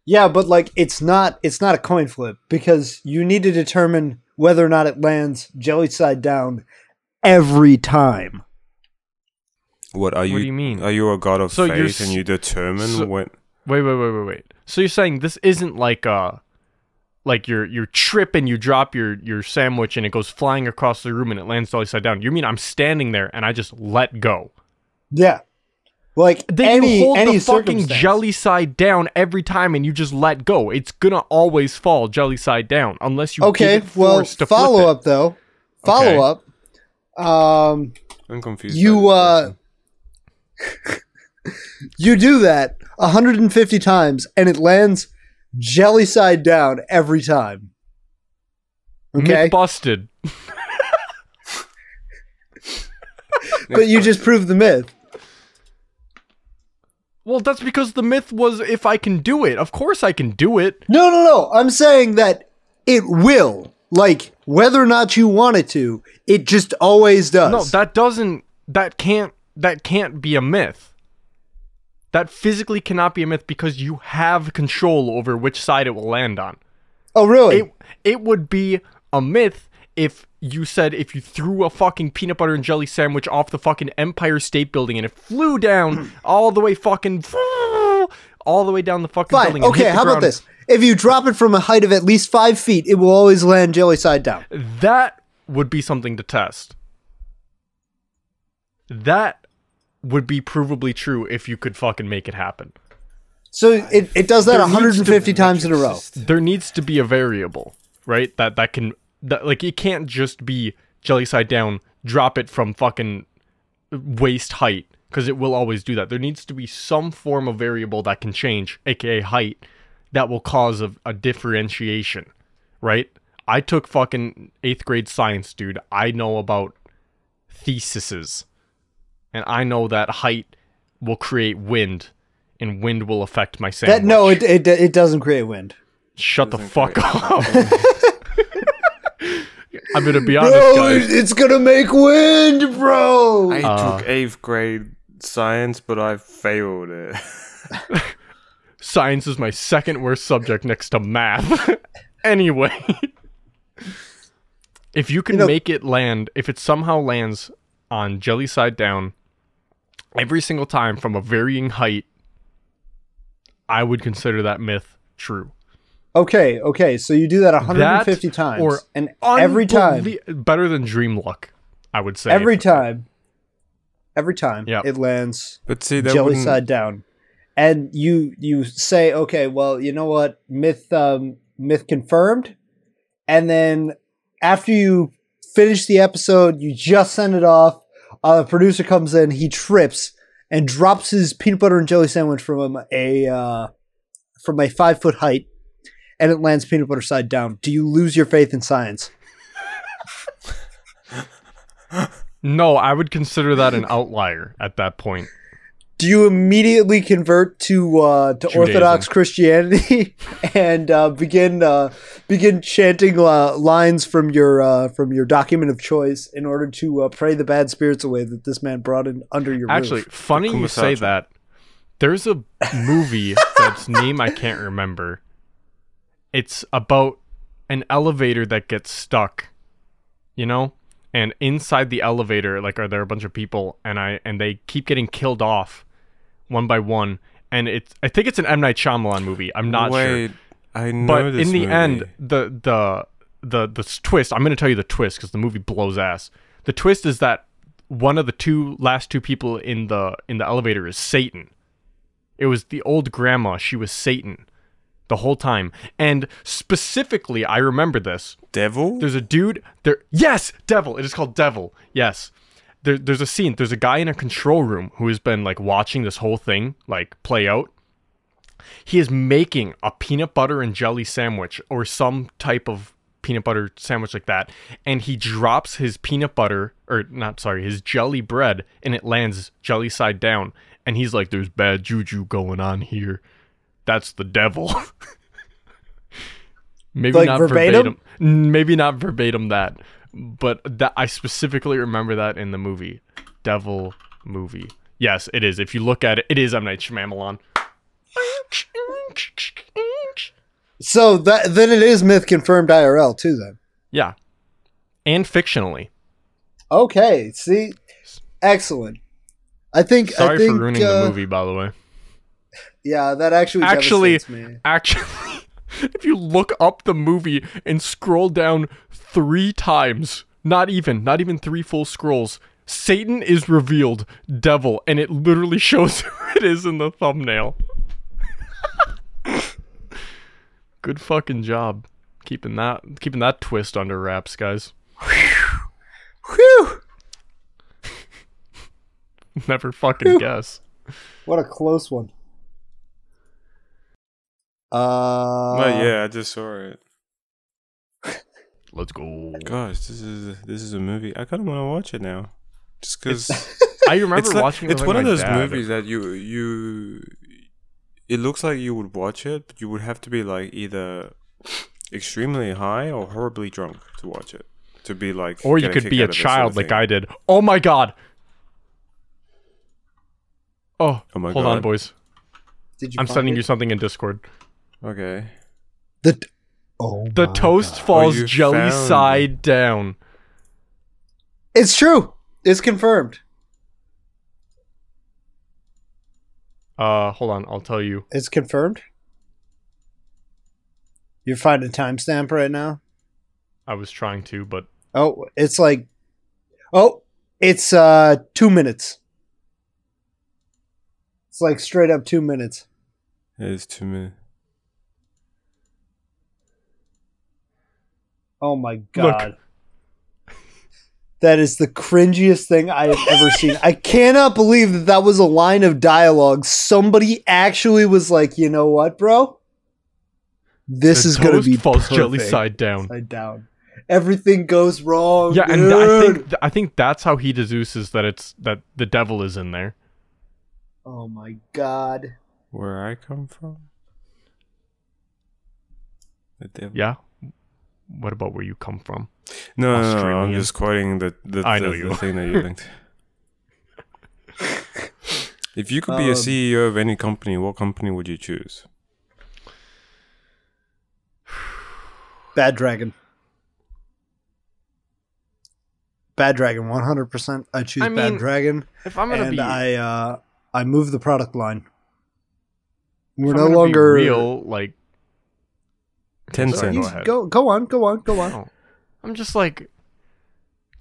Yeah, but like it's not it's not a coin flip because you need to determine whether or not it lands jelly side down every time.
What are you?
do you mean?
Are you a god of
So you're
faith
s-
and you determine
so-
when?
Wait, wait, wait, wait, wait. So you're saying this isn't like uh like your your trip and you drop your your sandwich and it goes flying across the room and it lands dolly side down. You mean I'm standing there and I just let go?
Yeah. Like
Then
any
you hold the
any
fucking
circumstance.
jelly side down every time and you just let go. It's gonna always fall jelly side down unless you
Okay,
give it
well,
force to flip
follow
it.
up though. Follow up. Um
I'm confused. by
you
this
uh you do that 150 times and it lands jelly side down every time. Okay?
Myth busted.
But you just proved the myth.
Well, that's because the myth was if I can do it. Of course I can do it.
No, no, no. I'm saying that it will. Like, whether or not you want it to, it just always does.
No, that doesn't that can't that can't be a myth. That physically cannot be a myth because you have control over which side it will land on.
oh, really?
It it would be a myth if you said if you threw a fucking peanut butter and jelly sandwich off the fucking Empire State Building and it flew
Hmm.
down all the way fucking all the way down the fucking
Fine.
building. and hit
Okay,
the
how about
ground.
this? If you drop it from a height of at least five feet, it will always land jelly side down.
That would be something to test. That would be provably true if you could fucking make it happen.
So it, it does that
There needs to
150
be
times in a row.
There needs to be a variable, right? That that can that like it can't just be jelly side down, drop it from fucking waist height because it will always do that. There needs to be some form of variable that can change, aka height, that will cause a, a differentiation, right? I took fucking eighth grade science, dude. I know about theses, and I know that height will create wind, and wind will affect my sandwich.
That no, it, it it doesn't create wind.
Shut the fuck up. I'm gonna be honest, guys.
it's gonna make wind, bro.
I
Uh.
took eighth grade science, but I failed it.
Science is my second worst subject next to math. anyway, if you can
know-
make it land, if it somehow lands on jelly side down every single time from a varying height, I would consider that myth true.
okay, okay. So you do that 150
That
times,
or
and every time,
Unbelie- better than dream luck, I would say.
every time, every time,
Yep.
it lands
But see, that
jelly
wouldn't,
side down, and you you say, okay, well, you know what, myth um, myth confirmed, and then after you finish the episode, you just send it off. Uh, the producer comes in, he trips and drops his peanut butter and jelly sandwich from a uh, from a five foot height, and it lands peanut butter side down. Do you lose your faith in science?
No, I would consider that an outlier at that point.
Do you immediately convert to uh, to
Judaism.
Orthodox Christianity and uh, begin uh, begin chanting uh, lines from your uh, from your document of choice in order to uh, pray the bad spirits away that this man brought in under your
Actually,
roof?
funny you say
Kumasato.
that. There's a movie that's name I can't remember. It's about an elevator that gets stuck, you know? And inside the elevator, like are there a bunch of people and I and they keep getting killed off one by one. And it's I think it's an M Night Shyamalan movie. I'm not sure.
Wait, I know
but
this
in the
movie.
end the the the the s- twist i'm going to tell you the twist because the movie blows ass the twist is that one of the two last two people in the in the elevator is satan it was the old grandma she was satan the whole time and specifically i remember this
devil.
there's a dude there. Yes, devil. It is called devil. Yes. There, there's a scene. There's a guy in a control room who has been like watching this whole thing like play out. He is making a peanut butter and jelly sandwich or some type of peanut butter sandwich like that, and he drops his peanut butter or not sorry his jelly bread and it lands jelly side down, and he's like, "There's bad juju going on here. That's the devil." Maybe
Like
not verbatim
verbatim?
N- maybe not verbatim that, but that I specifically remember that in the movie, Devil movie. Yes, it is. If you look at it, it is M Night Shyamalan.
so that then it is myth confirmed IRL too. Then
Yeah, and fictionally.
okay, see, excellent. I think
Sorry
I think
for ruining
uh,
the movie, by the way.
Yeah, that actually
Actually,
devastates me.
actually, if you look up the movie and scroll down three times, not even, not even three full scrolls, Satan is revealed, devil, and it literally shows who it is in the thumbnail. Good fucking job keeping that keeping that twist under wraps, guys.
Whew,
Never fucking guess.
what a close one. Uh,
Well, yeah, I just saw it.
Let's go.
Gosh, this is this is a movie. I kind of want to watch it now, just because
I remember
it's, like-
watching. it
it's
with,
one
like,
of
my
those
dad.
movies that you you. It looks like you would watch it, but you would have to be like either extremely high or horribly drunk to watch it. To be like,
Or you
get
could
kick
be a
out of it
child
sort
like
of
I did. Oh my god. Oh,
Oh my
hold on,
God.
boys.
Did you
I'm
find
sending
it?
you something in Discord.
thing. Okay.
the. t- Oh,
The
my
toast
God.
falls
you
jelly
found it.
side down.
It's true. It's confirmed.
Uh, hold on, I'll tell you.
It's confirmed. You're finding timestamp right now.
I was trying to, but
Oh, it's like, oh, it's uh two minutes. It's like straight up two minutes.
It's too many.
Oh my god. That is the cringiest thing I have ever seen. I cannot believe that that was a line of dialogue. Somebody actually was like, you know what, bro? This
the
is going to
toast
be
falls
perfect.
jelly side down.
Upside down. Everything goes wrong.
Yeah, and I
oh, dude.
think I think that's how he deduces that it's that the devil is in there.
Oh my god.
Where I come from? The devil.
Yeah. What about where you come from?
No, no, no, no, I'm
Australian.
just quoting the the,
I
the-
know
the
you.
thing that you linked. if you could be a
Um,
CEO of any company, what company would you choose?
Bad Dragon. Bad Dragon, 100%. I choose
I
Bad
mean,
Dragon.
If I'm gonna
And
be,
I uh, I move the product line. We're
if
no
I'm gonna be
longer.
real. Like
Tencent.
Sorry,
You-
go ahead.
go, go on, go on, go on.
No. Oh. I'm just like,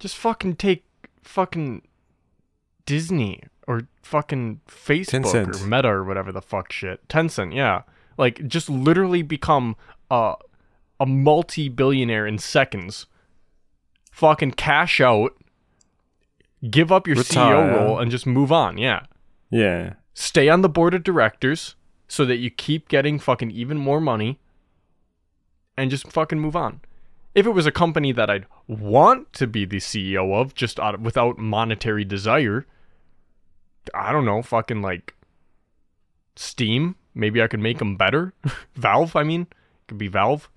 just fucking take fucking Disney or fucking Facebook
Tencent.
or Meta or whatever the fuck shit. Tencent, yeah. Like, just literally become a, a multi billionaire in seconds. Fucking cash out, give up your
Retire.
CEO role, and just move on, yeah.
Yeah.
Stay on the board of directors so that you keep getting fucking even more money and just fucking move on. If it was a company that I'd want to be the CEO of just out of, without monetary desire, I don't know, fucking like Steam, maybe I could make them better. Valve, I mean, could be Valve.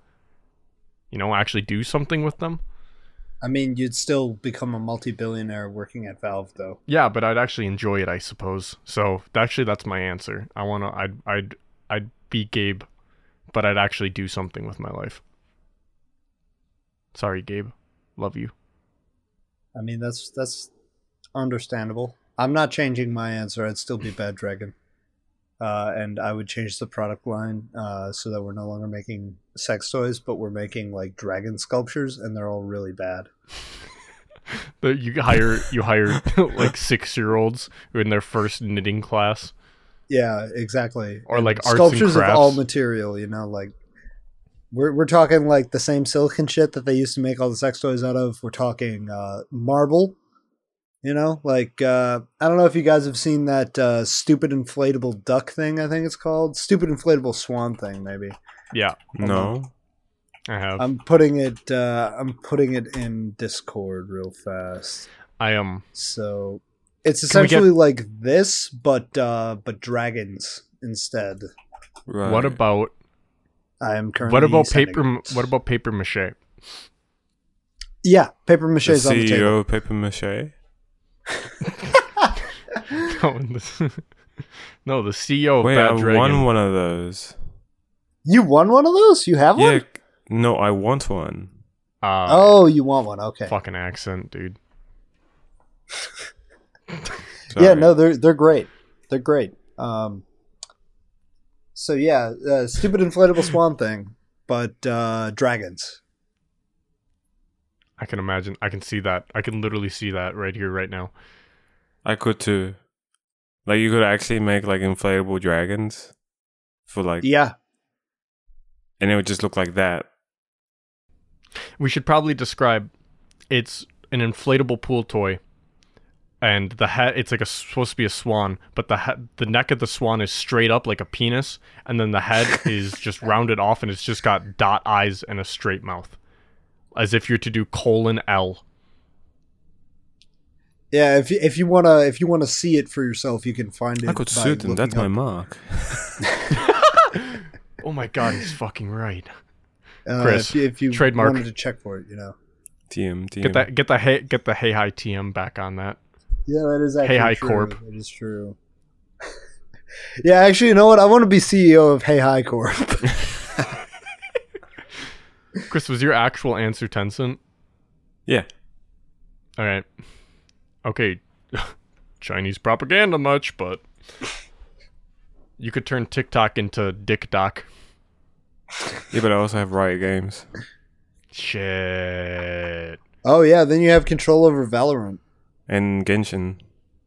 You know, actually do something with them.
I mean, you'd still become a multi-billionaire working at Valve, though.
Yeah, but I'd actually enjoy it, I suppose. So actually, that's my answer. I wanna, I'd, I'd, I'd be Gabe, but I'd actually do something with my life. Sorry, Gabe. Love you.
I mean, that's that's understandable. I'm not changing my answer. I'd still be Bad Dragon, uh, and I would change the product line uh, so that we're no longer making sex toys, but we're making like dragon sculptures, and they're all really bad.
But you hire, you hire like six-year-olds who are in their first knitting class,
Yeah, exactly.
or like arts
sculptures
and
of
crafts.
all material. You know, like we're we're talking like the same silicon shit that they used to make all the sex toys out of. We're talking uh, marble. You know, like uh, I don't know if you guys have seen that uh, stupid inflatable duck thing. I think it's called stupid inflatable swan thing. Maybe
yeah,
No.
I have.
I'm putting it. Uh, I'm putting it in Discord real fast.
I am.
So it's
Can we get-
essentially like this, but uh, but dragons instead.
Right.
What about
I am currently.
what about
sending
paper? m-
it.
What about paper mache?
Yeah, paper mache
the E
is on the table.
CEO of paper mache?
No, the- no, the CEO of
Wait,
Oh, Bad
I
Dragon.
won one of those.
You won one of those? You have
Yeah.
one?
No, I want one.
Uh,
Oh, you want one? Okay.
fucking accent, dude.
Yeah,
Sorry.
no, they're they're great. They're great. Um, so yeah, uh, stupid inflatable swan thing, but uh, dragons.
I can imagine. I can see that. I can literally see that right here, right now.
I could too. Like you could actually make like inflatable dragons for like
Yeah,
and it would just look like that.
We should probably describe it's an inflatable pool toy and the head it's like a supposed to be a swan, but the he- the neck of the swan is straight up like a penis, and then the head is just rounded off and it's just got dot eyes and a straight mouth, as if you're to do colon L.
Yeah, if you, if you wanna if you wanna see it for yourself, you can find it.
I got
by
certain that's my
looking
mark.
Oh my god, he's fucking right.
up, uh,
Chris,
if you, if you
trademark.
wanted to check for it, you know.
TM, TM.
Get that get the hey get the hey hi TM back on that.
Yeah, that is actually
Hi
true.
Corp.
It is true. yeah, actually, you know what? I want to be CEO of Hey Hi Corp.
Chris, was your actual answer Tencent?
Yeah.
All right. Okay. Chinese propaganda much, but you could turn TikTok into Dick Doc.
Yeah, but I also have Riot Games.
Shit.
oh yeah, then you have control over Valorant.
And Genshin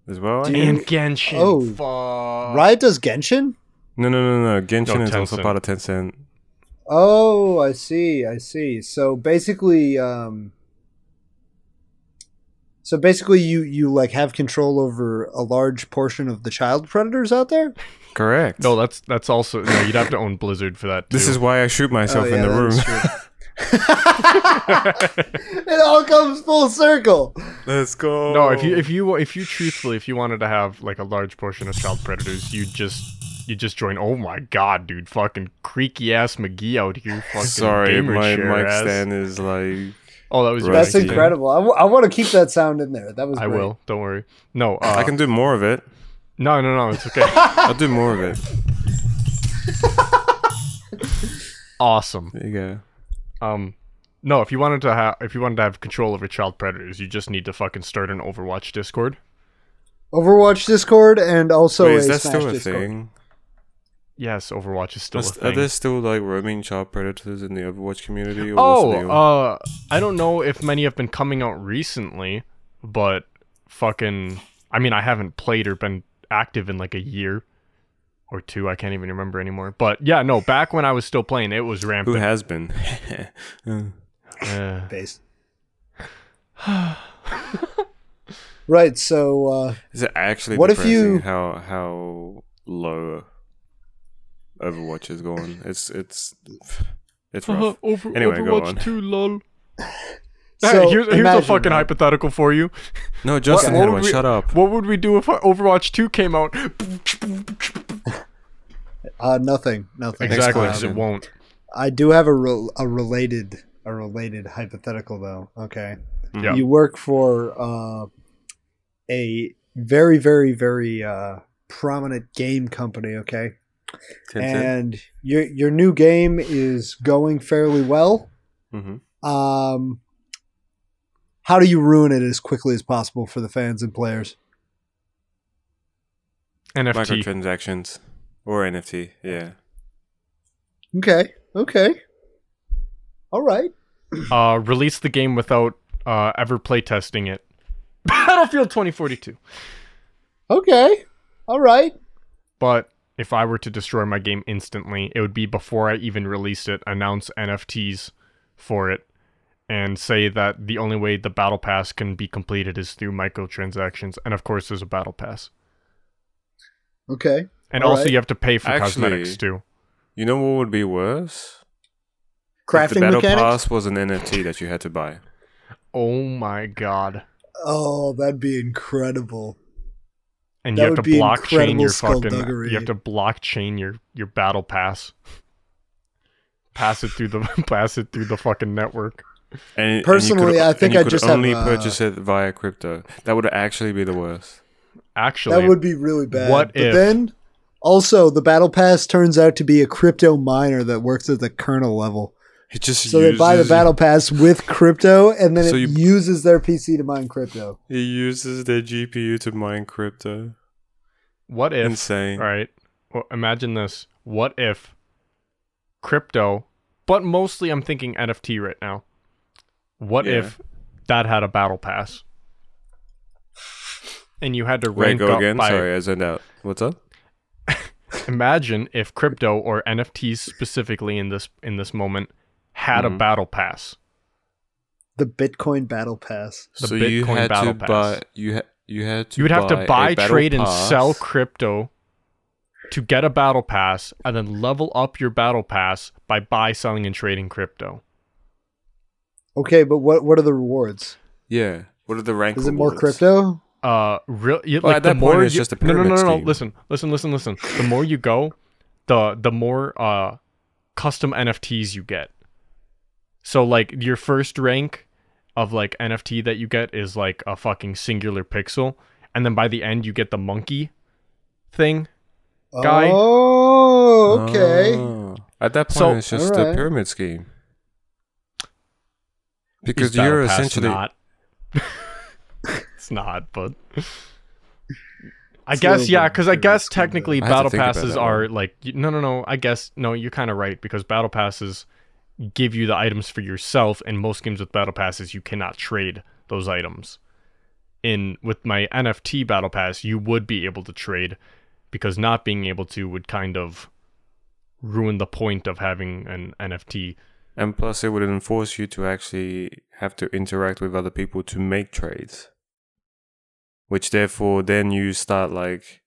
as well. I
Do you-
think.
And Genshin.
Oh.
Fuck.
Riot does Genshin.
No, no, no, no. Genshin
No,
is also
Tencent.
part of Tencent.
Oh, I see. I see. So basically, um, so basically, you you like have control over a large portion of the child predators out there.
Correct.
No, that's that's also no. You'd have to own Blizzard for that. Too.
this is why I shoot myself in the
Oh, that
room.
is true. it all comes full circle.
Let's go.
no. If you if you if you truthfully if you wanted to have like a large portion of child predators, you just you just join. Oh my god, dude! Fucking creaky ass McGee out here. Fucking
Sorry,
gamer
my
chair
mic
ass.
stand is like.
Oh, that was your
That's
mic stand.
incredible. I, w- I want to keep that sound in there. That was.
I
great.
will. Don't worry. No. Uh,
I can do more of it.
No, no, no. It's okay.
I'll do more of it.
awesome.
There you go.
Um, no, if you wanted to have, if you wanted to have control over child predators, you just need to fucking start an Overwatch Discord.
Overwatch Discord and also
Wait,
a
is that
Smash
still a
Discord.
thing?
Yes, Overwatch is still
Is-
a
Are
thing.
there still like roaming child predators in the Overwatch community? Or what's
oh,
the deal?
uh, I don't know if many have been coming out recently, but fucking, I mean, I haven't played or been active in like a year or two. I can't even remember anymore. But yeah, no, back when I was still playing, it was
who
rampant.
has been?
Hmm.
Uh,
Uh,
Base. right. So uh,
is it actually
What if
depressing
you-
how how low Overwatch is going? It's it's it's
Uh-huh.
rough.
Over-
Anyway, go on.
Overwatch 2, lol.
so
hey, here's, here's
imagine,
a fucking
right?
hypothetical for you.
No, Justin
what
had
would
one.
we-
Shut up.
What would we do if Overwatch 2 came out?
Uh, nothing.
Exactly.
Nothing.
Exactly, 'cause
question.
it won't.
I do have a rel a related a related hypothetical though. Okay.
Yeah.
You work for uh, a very very very uh, prominent game company. Okay. And your your new game is going fairly well.
Mhm.
Um, how do you ruin it as quickly as possible for the fans and players?
NFT.
Microtransactions or NFT. Yeah.
Okay. Okay. All right.
Uh, release the game without uh, ever playtesting it. Battlefield 2042.
Okay. All right.
But if I were to destroy my game instantly, it would be before I even released it, announce NFTs for it, and say that the only way the battle pass can be completed is through microtransactions. And of course, there's a battle pass.
Okay.
And
All
also,
right.
you have to pay for
Actually-
cosmetics too.
You know what would be worse? If the
Crafting
battle
mechanics.
pass was an NFT that you had to buy.
Oh my god.
Oh, that'd be incredible.
and
That
you have
would
to
be
blockchain
incredible
your fucking
skullduggery.
you have to blockchain your your battle pass pass it through the pass it through the fucking network
And, and you could-
Personally, I think
and you
I
could
just have,
only
uh,
purchase it via crypto. That would actually be the worst.
actually
that would be really bad.
what
but
if-
then also the battle pass turns out to be a crypto miner that works at the kernel level.
It just
So they buy the
uses-
battle pass with crypto and then
So
it
you-
uses their PC to mine crypto.
It uses their GPU to mine crypto.
what if
Insane.
all right well, imagine this what if crypto but mostly i'm thinking nft right now what
Yeah.
if that had a battle pass and you had to
Wait,
rank
go
up
again.
by
Sorry, I zoned out. What's up?
imagine if crypto or NFTs specifically in this in this moment had a
Mhm.
battle pass.
The Bitcoin battle pass.
The
you
Bitcoin
had
Battle
to
Pass.
buy you ha- You had to
You would have to
a
buy,
battle
trade, and
pass.
sell crypto to get a battle pass, and then level up your battle pass by buy, selling, and trading crypto.
Okay, but what what are the rewards?
Yeah. What are the rank?
Is it more
rewards?
crypto?
Uh, real. You,
Well,
like
at
the
that
more
point, it's
you-
just a
no, no, no,
pyramid
no, no.
scheme.
Listen, listen, listen, listen. The more you go, the the more uh custom NFTs you get. So like your first rank of like NFT that you get is like a fucking singular pixel, and then by the end you get the monkey thing. Guy.
Oh, okay.
Ah. At that point,
So-
it's just a
Alright.
pyramid scheme.
Is
Because you're
Battle Pass
essentially
not. it's not, but I
It's a
guess
little
yeah,
bit
because I
of a
guess
risk, but-
technically
I have to
battle
think about
passes
that
are
one.
like y- no, no, no. I guess no, you're kind of right because battle passes give you the items for yourself, and most games with battle passes you cannot trade those items. In with my NFT battle pass, you would be able to trade because not being able to would kind of ruin the point of having an NFT.
And plus, it would enforce you to actually have to interact with other people to make trades. Which, therefore, then you start like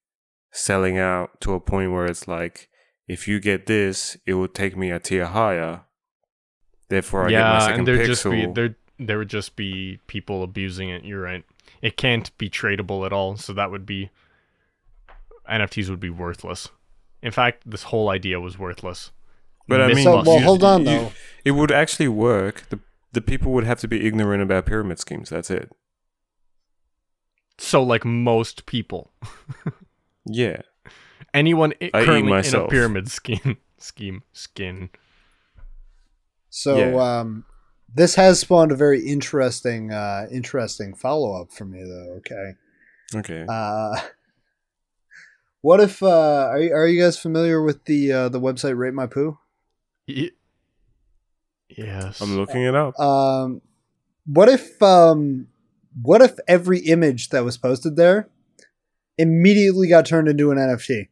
selling out to a point where it's like, if you get this, it will take me a tier higher. Therefore, I get my
yeah,
second
and there'd
pixel.
just be there there would just be people abusing it. You're right. It can't be tradable at all, so that would be NFTs would be worthless. In fact, this whole idea was worthless.
But I
Myth
mean,
So,
bust.
well, hold on
you-
though.
it would actually work. The the people would have to be ignorant about pyramid schemes. That's it.
so like most people,
Yeah.
anyone i-
I eat
currently in a
myself.
pyramid scheme scheme skin.
So
Yeah.
um this has spawned a very interesting uh interesting follow-up for me though, okay?
Okay.
Uh What if uh are you, are you guys familiar with the uh the website Rate My Poo?
Y- Yes.
I'm looking it up.
Um, what if um, what if every image that was posted there immediately got turned into an NFT?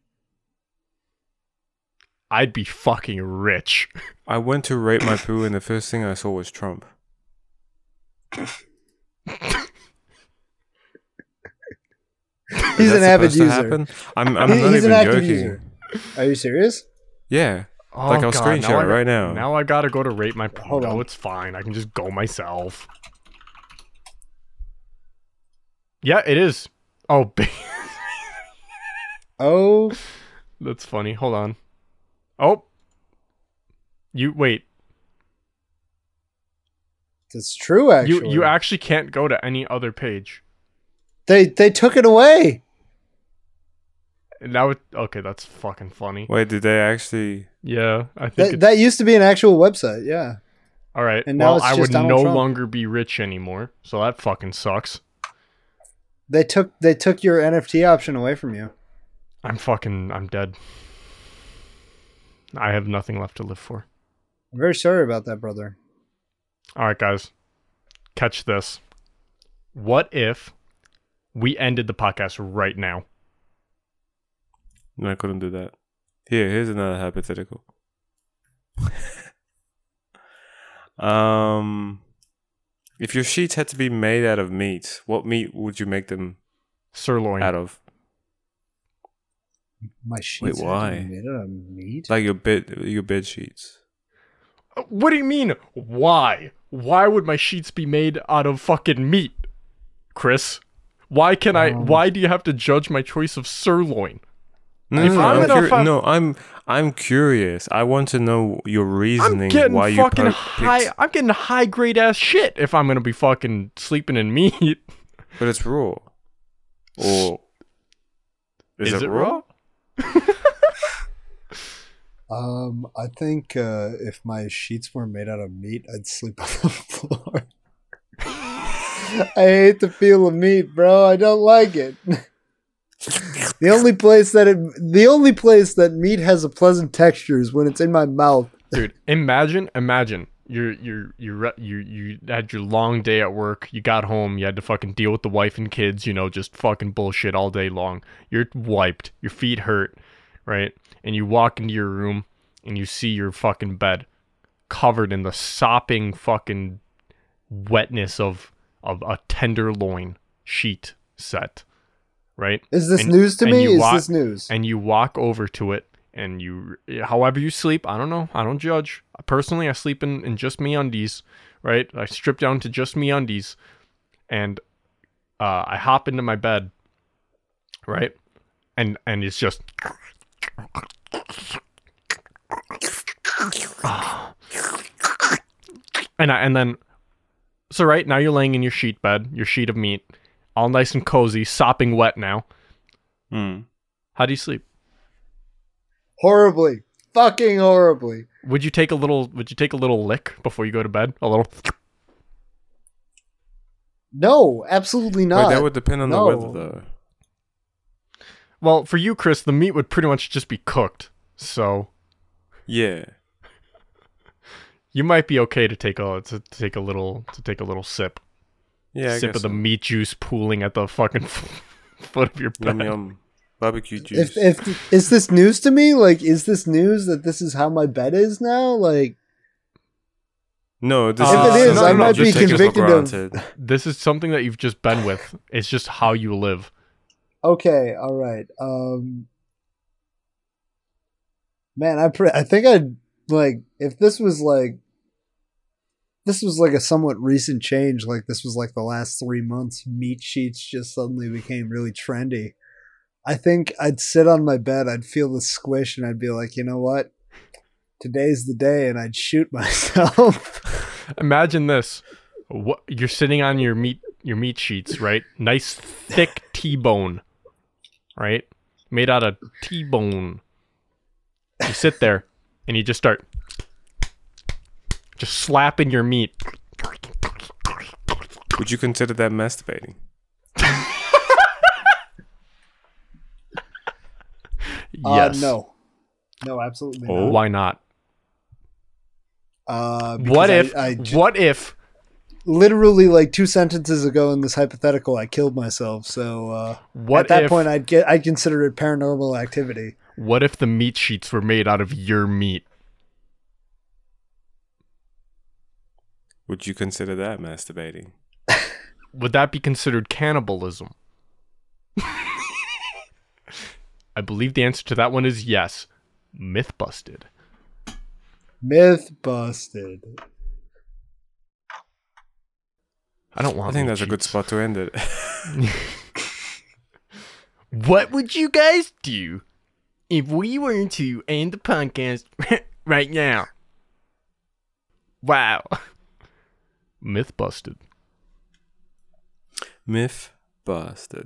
I'd be fucking rich.
I went to rate my poo, and the first thing I saw was Trump.
He's
Is
an
that
avid
supposed to
user.
happen? I'm, I'm
He-
not
he's
even
an active
joking.
user. Are you serious?
Yeah.
Oh,
Like, I'll
God,
screen
now
share
I
it
got-
right now.
Now I gotta go to rate my.
Hold
no,
on.
it's fine. I can just go myself. Yeah, it is. Oh, ba-
Oh,
that's funny. Hold on. Oh, you wait.
that's true. Actually,
You you actually can't go to any other page.
they they took it away.
And Now it okay. That's fucking funny.
Wait, did they actually?
Yeah, I think.
That,
it-
that used to be an actual website. Yeah.
all right.
and
well,
now it's
I
just
would
Donald
no
Trump.
longer be rich anymore. So that fucking sucks.
They took they took your NFT option away from you.
I'm fucking. I'm dead. I have nothing left to live for.
I'm very sorry about that, brother.
All right, guys, catch this. What if we ended the podcast right now?
No, I couldn't do that. Here, here's another hypothetical. um, if your sheets had to be made out of meat, what meat would you make them
Sirloin.
out of?
My sheets. had to
why?
be Made out of meat.
Like your bed, your bed sheets.
Uh, What do you mean? Why? Why would my sheets be made out of fucking meat, Chris? Why can I?
Um.
Why do you have to judge my choice of sirloin?
No,
If
no, no,
I'm
I'm
gonna
curi-
fuck-
no, I'm I'm curious. I want to know your
I'm
reasoning
getting
why you
fucking
pro-
high.
picked-
I'm getting high grade ass shit if I'm gonna be fucking sleeping in meat.
But it's raw. Or is, it, raw?
Um, I think uh, if my sheets were made out of meat, I'd sleep on the floor. I hate the feel of meat, bro. I don't like it. the only place that it, the only place that meat has a pleasant texture is when it's in my mouth.
dude imagine imagine you're you're you're re- you you had your long day at work you got home you had to fucking deal with the wife and kids you know just fucking bullshit all day long you're wiped your feet hurt right and you walk into your room and you see your fucking bed covered in the sopping fucking wetness of of a tenderloin sheet set, right?
Is this
And-
news to
and
me?
you
Is
wa-
this news?
And you walk over to it and you, however you sleep, I don't know, I don't judge. Personally, I sleep in, in just me undies, right? I strip down to just me undies and uh, I hop into my bed, right? And and it's just and I, and then so right now you're laying in your sheet bed, your sheet of meat, all nice and cozy, sopping wet now.
Mm.
How do you sleep?
horribly, fucking horribly.
Would you take a little? Would you take a little lick before you go to bed? A little.
No, absolutely
Wait,
not.
that would depend on
No.
the weather, though.
Well, for you, Chris, the meat would pretty much just be cooked, so
Yeah.
you might be okay to take a to take a little to take a little sip
Yeah. I
sip
guess
of the
so.
meat juice pooling at the fucking foot of your bed.
Yum yum. um, Barbecue juice.
if if is this news to me? Like, is this news that this is how my bed is now? Like,
no, this
If
is,
it is,
no,
I
no,
might
just
be
take it for
convicted of-
granted.
This is something that you've just been with. It's just how you live.
okay, all right. Um, man, I pre- I think I'd like if this was like this was like a somewhat recent change. Like, this was like the last three months. Meat sheets just suddenly became really trendy. I think I'd sit on my bed, I'd feel the squish, and I'd be like, you know what? Today's the day, and I'd shoot myself.
Imagine this. What you're sitting on your meat your meat sheets, right? Nice thick T-bone. Right? Made out of T-bone. You sit there and you just start just slapping your meat.
Would you consider that masturbating?
Yes.
Uh, no. No, absolutely
Oh.
Why not?
not. Uh, because
What
I-
if
I j-
what if
literally like two sentences ago in this hypothetical, I killed myself. So uh,
what
at that
if
point, I'd get I'd consider it paranormal activity.
what if the meat sheets were made out of your meat?
Would you consider that masturbating?
Would that be considered cannibalism? I believe the answer to that one is yes. Myth busted.
Myth busted.
I don't want.
I think
meat
that's a good
sheets.
spot to end it.
What would you guys do if we were to end the podcast right now? Wow. Myth busted.
Myth busted.